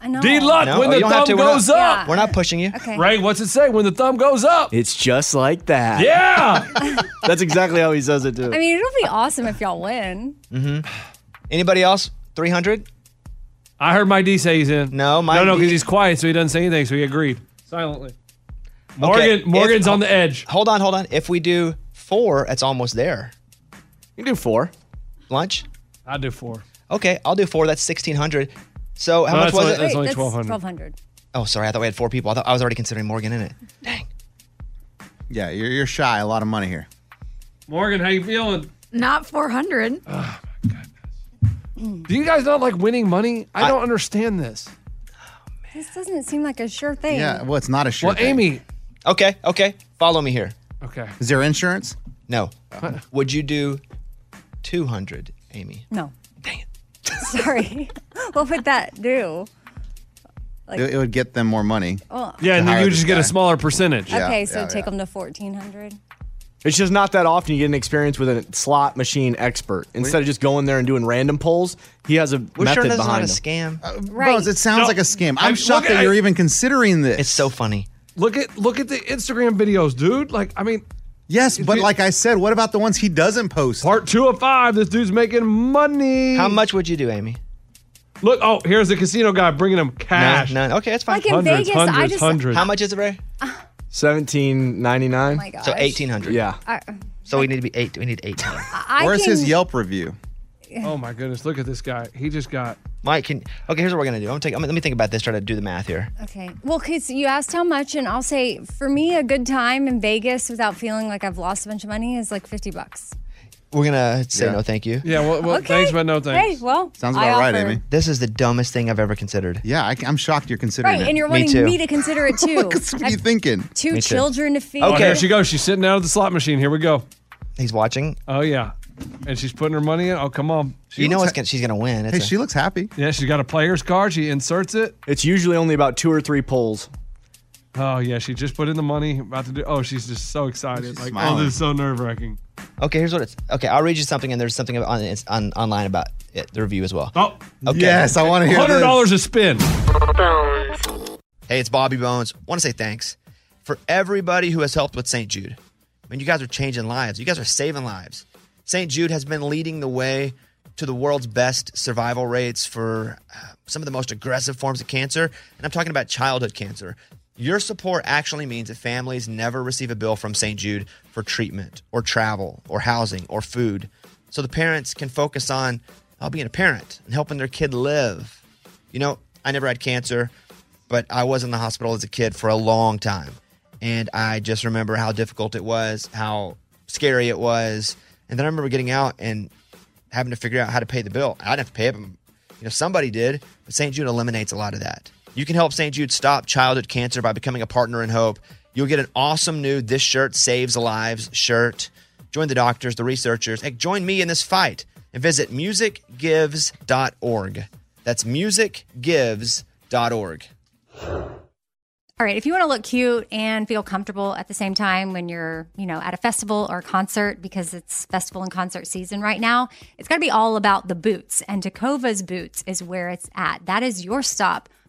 I know.
D luck
No,
when the
you don't have
thumb
to. We're not-
goes
Yeah.
up.
We're not pushing you.
Okay.
Ray, what's it say? When the thumb goes up.
It's just like that.
Yeah.
(laughs) That's exactly how he says it, too.
I mean, it'll be awesome if y'all win.
Mm-hmm. Anybody else? 300?
(laughs) I heard my D say he's in.
No, my
no, no,
D-
because he's quiet, so he doesn't say anything, so he agreed. Silently. Morgan- Morgan's on the edge.
Hold on, hold on. If we do four, it's almost there.
You can do four.
Lunch?
I'd do four.
Okay, I'll do four. That's 1600 So how
No,
much
that's
was
only-
it?
that's Wait, only that's 1200.
Oh, sorry. I thought we had four people. I thought I was already considering Morgan in it.
Yeah, you're, you're shy. A lot of money here.
Morgan, how you feeling? Oh,
Not 400.
Do you guys not like winning money? I, don't understand this.
This doesn't seem like a sure thing.
well, it's not a
sure
Well,
thing.
Amy.
Okay, okay. Follow me here.
Okay.
Is there insurance?
No. Would you do 200, Amy?
No. Dang it. (laughs) Sorry. (laughs) what would that do? Like-
it, it would get them more money.
Oh.
Yeah,
To
and then
hire
you
this
just get a
guy.
smaller percentage.
okay, so take them to fourteen hundred.
It's just not that often you get an experience with a slot machine expert. Instead of just going there and doing random polls, he has a method behind him.
scam.
Right.
Bones, it sounds
No.
like a scam.
I-
I'm
look
shocked
at-
that you're even considering this. It's
so funny.
Look at look at the Instagram videos, dude. Like, I mean,
Yes, but like I said, what about the ones he doesn't post?
Part two of five. This dude's making money.
How much would you do, Amy?
look, oh, here's the casino guy bringing him cash.
None. Okay, that's fine.
Like in Hundreds, Vegas, I hundreds, just- hundreds.
How much is it, Ray?
1799.
Oh my
So
gosh.
1800.
Yeah.
I,
So we need to be eight. We need
(laughs)
1800.
I can,
Yelp review?
Oh my goodness, look at this guy. He just got
Mike, can okay. Here's what we're gonna do. I'm gonna take. I'm gonna, let me think about this. Try to do the math here.
Okay. Well, because you asked how much, and I'll say for me, a good time in Vegas without feeling like I've lost a bunch of money is like 50 bucks.
We're gonna say no, thank you.
Yeah. Well, well thanks, but no
Hey, well, I offer-
This is the dumbest thing I've ever considered.
Yeah, I, am shocked you're considering
Right,
(laughs)
and you're wanting me, to
(laughs)
consider it too.
what are you thinking?
Two
Me too.
children to feed.
Oh, here she goes. She's sitting down at the slot machine. Here we go.
He's watching.
Oh yeah, and she's putting her money in. Oh come on.
you know it's gonna, she's gonna win. It's a-
looks happy.
Yeah, she's got a player's card. She inserts it.
It's usually only about two or three polls.
Oh yeah, she just put in the money. About to do. Oh, she's just so excited. like, oh,
smiling.
this is so nerve wracking.
okay, here's what it's. Okay, I'll read you something, and there's something on, it's on online about it, the review as well.
Oh,
okay.
Yes, I wanna hear
Hundred dollars a spin.
Hey, it's Bobby Bones. Want to say thanks for everybody who has helped with St. Jude. I mean, you guys are changing lives. You guys are saving lives. St. Jude has been leading the way to the world's best survival rates for uh, some of the most aggressive forms of cancer, and I'm talking about childhood cancer. Your support actually means that families never receive a bill from St. Jude for treatment or travel or housing or food. So the parents can focus on uh, being a parent and helping their kid live. You know, I never had cancer but I was in the hospital as a kid for a long time. And I just remember how difficult it was, how scary it was. And then I remember getting out and having to figure out how to pay the bill. I didn't have to pay it, but you know, somebody did. But St. Jude eliminates a lot of that. You can help St. Jude stop childhood cancer by becoming a partner in hope. You'll get an awesome new This Shirt Saves Lives shirt. Join the doctors, the researchers, and join me in this fight and visit musicgives.org. That's musicgives.org org.
All right, if you want to look cute and feel comfortable at the same time when you're, you know, at a festival or a concert because it's festival and concert season right now, it's got to be all about the boots. And Takova's Boots is where it's at. That is your stop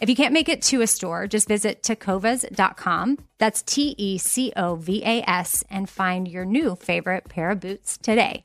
If you can't make it to a store, just visit tecovas.com. That's T E C O V A S and find your new favorite pair of boots today.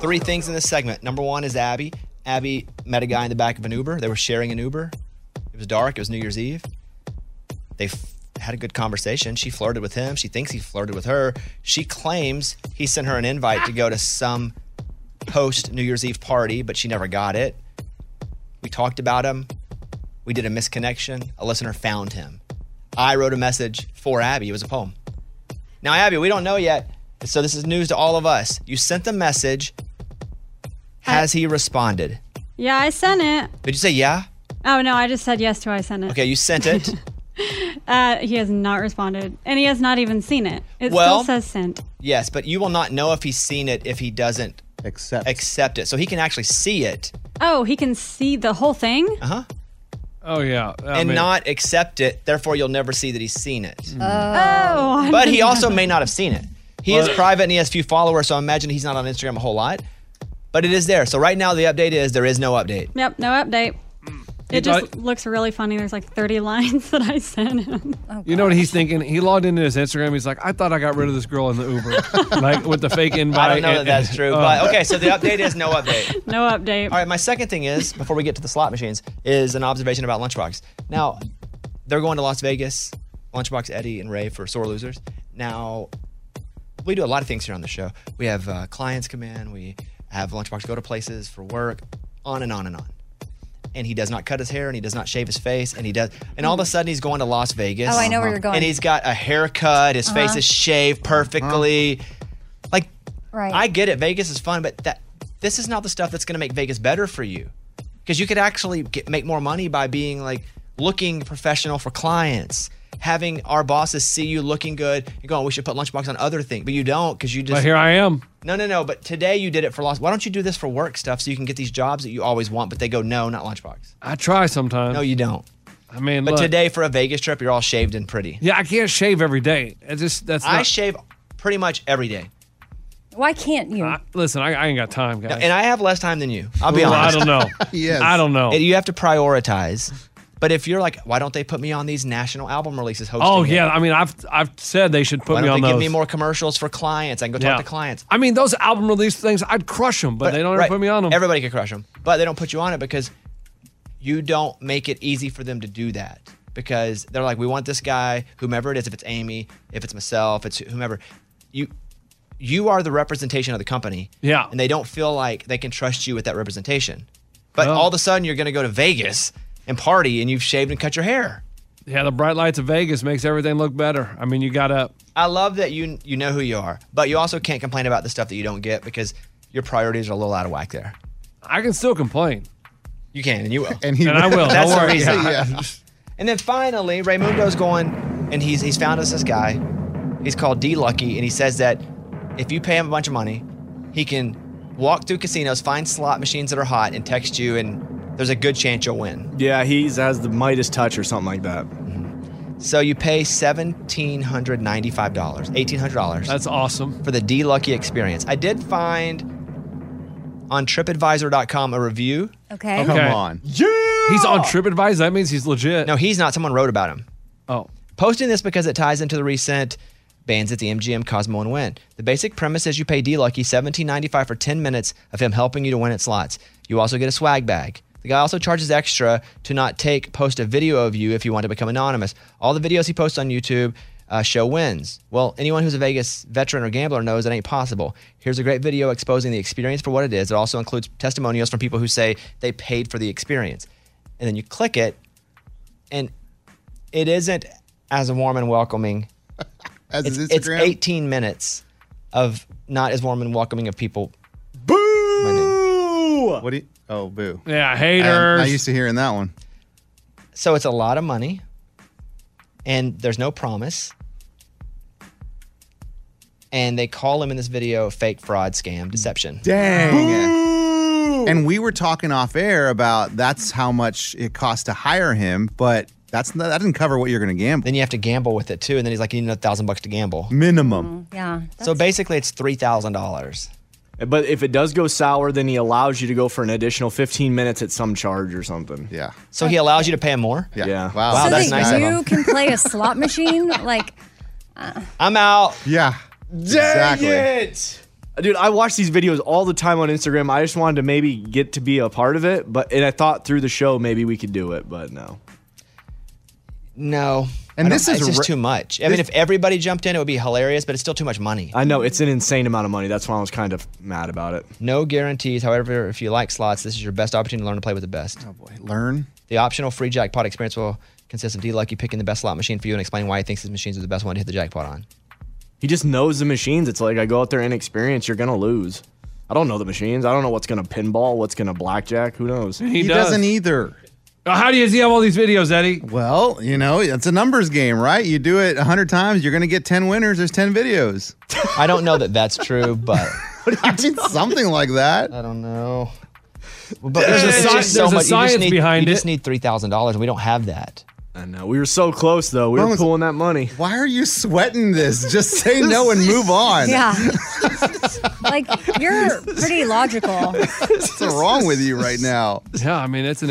Three things in this segment. Number one is Abby. Abby met a guy in the back of an Uber. They were sharing an Uber. It was dark. It was New Year's Eve. They f- had a good conversation. She flirted with him. She thinks he flirted with her. She claims he sent her an invite to go to some post New Year's Eve party, but she never got it. We talked about him. We did a misconnection. A listener found him. I wrote a message for Abby. It was a poem. Now, Abby, we don't know yet. So this is news to all of us. You sent the message. Has he responded?
Yeah, I sent it.
Did you say yeah?
Oh no, I just said yes to I sent (laughs) it.
Okay, you sent it.
Uh, he has not responded, and he has not even seen it. It
Well-
still says sent.
yes, but you will not know if he's seen it if he doesn't accept accept it. So he can actually see it
Oh, he can see the whole thing.
Uh huh.
Oh yeah,
and not accept it. Therefore, you'll never see that he's seen it.
Mm. Oh, I
but he
didn't
also
know
may
that.
not have seen it. He is
Well-
private and he has few followers, so I imagine he's not on Instagram a whole lot. But it is there. So right now the update is there is no update.
Yep, no update.
You
It just
thought-
looks really funny. There's like 30 (laughs) lines that I sent him.
You know what he's thinking? He logged into his Instagram. He's like, I thought I got rid of this girl in the
(laughs)
Uber, like with the fake invite.
I don't know that
and-
that's true,
Oh.
uh,
but okay. So the update
(laughs)
is no update.
no update. All
right. My second thing is before we get to the slot machines is an observation about Lunchbox. Now they're going to Las Vegas. Lunchbox, Eddie, and Ray for sore losers. Now we do a lot of things here on the show. We have uh, clients come in. We have Lunchbox go to places for work, on and on and on. And he does not cut his hair, and he does not shave his face, and he does. And all of a sudden, he's going to Las Vegas. Uh-huh.
Oh, I know where you're going.
And he's got a haircut. His face
Uh-huh.
is shaved perfectly. Like
Right.
I get it. Vegas is fun, but that this is not the stuff that's going to make Vegas better for you, because you could actually get, make more money by being like looking professional for clients, having our bosses see you looking good. You're going, we should put lunchbox on other things, but you don't because you just.
But here I am.
No, no, no. But today you did it for loss. Why don't you do this for work stuff so you can get these jobs that you always want? But they go, no, not lunchbox.
I try sometimes.
No, you don't.
I mean,
But
look,
today for a Vegas trip, you're all shaved and pretty.
yeah, I can't shave every day. I just that's.
I
not-
shave pretty much every day.
Why can't you?
Uh,
Listen, I, I ain't got time, guys.
and I have less time than you. I'll be
Ooh, I
honest.
don't know.
(laughs)
Yes. I don't know.
It- you have to prioritize. But if you're like, why don't they put me on these national album releases? Hosting
oh
it?
yeah, I mean, I've I've said they should put
why
me
don't
on
they
those.
give me more commercials for clients? I can go
Yeah.
talk to clients.
I mean, those album release things, I'd crush them, but, they don't ever
right,
put me on them.
Everybody could crush them, but they don't put you on it because you don't make it easy for them to do that. Because they're like, we want this guy, whomever it is, if it's Amy, if it's myself, it's whomever. You, you are the representation of the company.
Yeah.
and they don't feel like they can trust you with that representation. But all of a sudden, you're going to go to Vegas and party, and you've shaved and cut your hair.
Yeah, the bright lights of Vegas makes everything look better. I mean, you got up.
I love that you you know who you are, but you also can't complain about the stuff that you don't get because your priorities are a little out of whack there.
I can still complain.
You can, and you will,
And he And I
(laughs)
will. will.
That's
Don't
the
worry.
reason.
Yeah.
(laughs) And then finally, Raymundo's going, and he's he's found us this guy. He's called D Lucky, and he says that if you pay him a bunch of money, he can walk through casinos, find slot machines that are hot, and text you, and there's a good chance you'll win.
Yeah, he has the Midas touch or something like that.
So you pay seventeen hundred ninety-five dollars, eighteen hundred dollars. That's
awesome
for the D Lucky experience. I did find on TripAdvisor.com a review.
Okay.
Okay. Yeah. He's
Oh.
on TripAdvisor. That means he's legit.
No, he's not. Someone wrote about him.
Oh.
Posting this because it ties into the recent bans at the MGM Cosmo and Win. The basic premise is you pay D Lucky $17.95 for 10 minutes of him helping you to win at slots. You also get a swag bag. The guy also charges extra to not take post a video of you if you want to become anonymous. All the videos he posts on YouTube uh, show wins. Well, anyone who's a Vegas veteran or gambler knows that ain't possible. Here's a great video exposing the experience for what it is. It also includes testimonials from people who say they paid for the experience. And then you click it, and it isn't as warm and welcoming
as
it's,
his
it's
Instagram?
18 minutes of not as warm and welcoming of people.
Boo!
What do you? Oh, boo.
Yeah,
I'm not used to hearing that one.
So it's a lot of money, and there's no promise. And they call him in this video fake fraud, scam, deception.
Dang. And we were talking off air about that's how much it costs to hire him, but that's not, that doesn't cover what you're going to gamble.
Then you have to gamble with it too, and then he's like, "You need a thousand bucks to gamble
minimum."
Yeah.
So basically, it's three thousand dollars.
But if it does go sour, then he allows you to go for an additional 15 minutes at some charge or something.
Yeah.
So he allows you to pay him more.
Yeah.
Wow, So that's that nice of
you
him.
can play a slot machine. Like
I'm out.
Yeah.
Dang
Exactly.
it. Dude, I watch these videos all the time on Instagram. I just wanted to maybe get to be a part of it, but and I thought through the show maybe we could do it, but no.
No.
And
I don't-
this is
it's just
ra-
too much. I
this-
mean, if everybody jumped in, it would be hilarious, but it's still too much money.
I know it's an insane amount of money. That's why I was kind of mad about it.
No guarantees. However, if you like slots, this is your best opportunity to learn to play with the best. Oh
boy, learn.
The optional free jackpot experience will consist of D Lucky picking the best slot machine for you and explaining why he thinks his machines are the best one to hit the jackpot on.
He just knows the machines. It's like I go out there inexperienced, you're gonna lose. I don't know the machines. I don't know what's gonna pinball, what's gonna blackjack. Who knows?
He He does. doesn't
either.
How do you see have all these videos, Eddie?
Well, you know, it's a numbers game, right? You do it 100 times, you're going to get 10 winners. There's 10 videos. (laughs)
I don't know that that's true, but
I mean, something like that.
I don't know.
But there's a
It's
sci-
just so
there's
much-
a
you just
science
need-
behind
You
it.
just need three thousand dollars, and we don't have that.
I know. We were so close though. We were
Bones,
pulling that money.
Why are you sweating this? Just say no and move
(laughs)
on.
yeah. (laughs) like you're pretty logical.
What's wrong with you right
(laughs)
now?
Yeah, I mean, it's an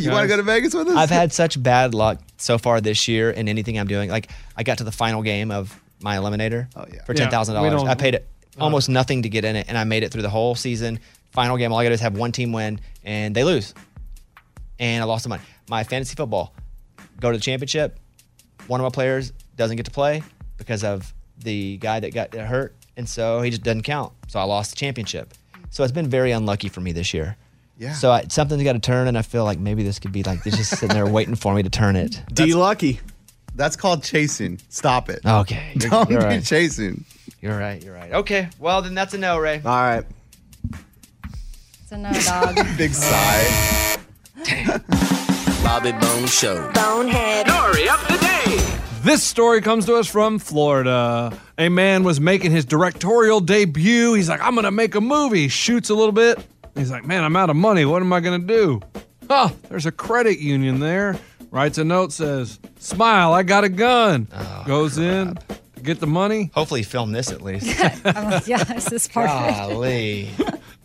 (laughs) You wanna
guys.
go to Vegas with us?
I've had such bad luck so far this year in anything I'm doing. Like I got to the final game of my eliminator for
Yeah,
ten thousand
we
dollars.
don't-
I paid it almost nothing to get in it, and I made it through the whole season. Final game, all I got to do is have one team win, and they lose, and I lost the money. My fantasy football go to the championship. One of my players doesn't get to play because of the guy that got hurt, and so he just doesn't count. So I lost the championship. So it's been very unlucky for me this year.
Yeah.
So I, something's got to turn, and I feel like maybe this could be like it's just sitting there waiting for me to turn it.
D lucky.
That's called chasing. Stop it.
Okay.
(laughs) Don't
Oh, You're
be
right.
chasing.
You're right. You're right. Okay. Well, then that's a no, Ray.
All right.
It's a no dog.
Big sigh.
Bobby Bone Show.
Bonehead. Story
of the day. This story comes to us from Florida. A man was making his directorial debut. He's like, I'm going to make a movie. He shoots a little bit. He's like, man, I'm out of money. What am I going to do? Huh, there's a credit union there. Writes a note, says, Smile, I got a gun. Goes in to get the money.
Hopefully, film this at least.
(laughs)
I'm like, yeah, this is part of it.
Golly.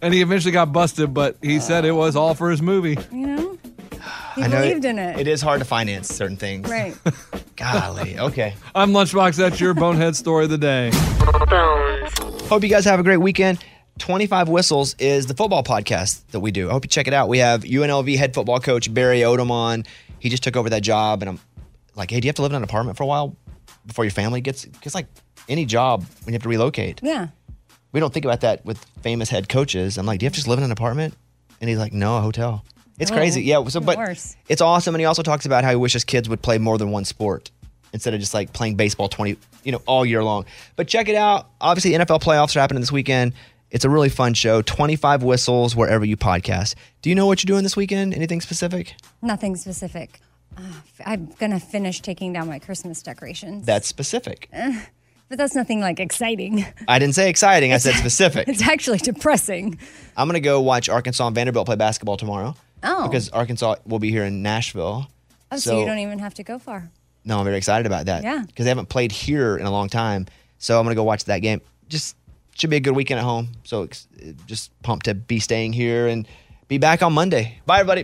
and he eventually got busted, but he said it was all for his movie.
You know, he
I know
believed in it.
It is hard to finance certain things.
Right.
Golly. Okay.
I'm Lunchbox. That's your Bonehead story of the day.
Hope you guys have a great weekend. 25 Whistles is the football podcast that we do. I hope you check it out. We have UNLV head football coach Barry Odom on. He just took over that job, and I'm like, hey, do you have to live in an apartment for a while before your family gets? Because, like, any job when you have to relocate.
Yeah.
we don't think about that with famous head coaches. I'm like, do you have to just live in an apartment? And he's like, no, a hotel. It's
Oh,
crazy. Yeah. So,
even
but
worse.
it's awesome. And he also talks about how he wishes kids would play more than one sport instead of just like playing baseball 20, you know, all year long. But check it out. Obviously, NFL playoffs are happening this weekend. It's a really fun show. 25 whistles wherever you podcast. Do you know what you're doing this weekend? Anything specific?
Nothing specific. Ah, Uh, I'm gonna finish taking down my Christmas decorations.
That's specific.
Eh, But that's nothing like exciting. (laughs)
I didn't say exciting. I said specific.
It's actually depressing.
I'm gonna go watch Arkansas and Vanderbilt play basketball tomorrow.
Oh.
Because Arkansas will be here in Nashville.
Oh, so, you don't even have to go far.
No, I'm very excited about that.
Yeah.
Because they haven't played here in a long time, so I'm gonna go watch that game. Just should be a good weekend at home. So ex- just pumped to be staying here and be back on Monday. Bye, everybody.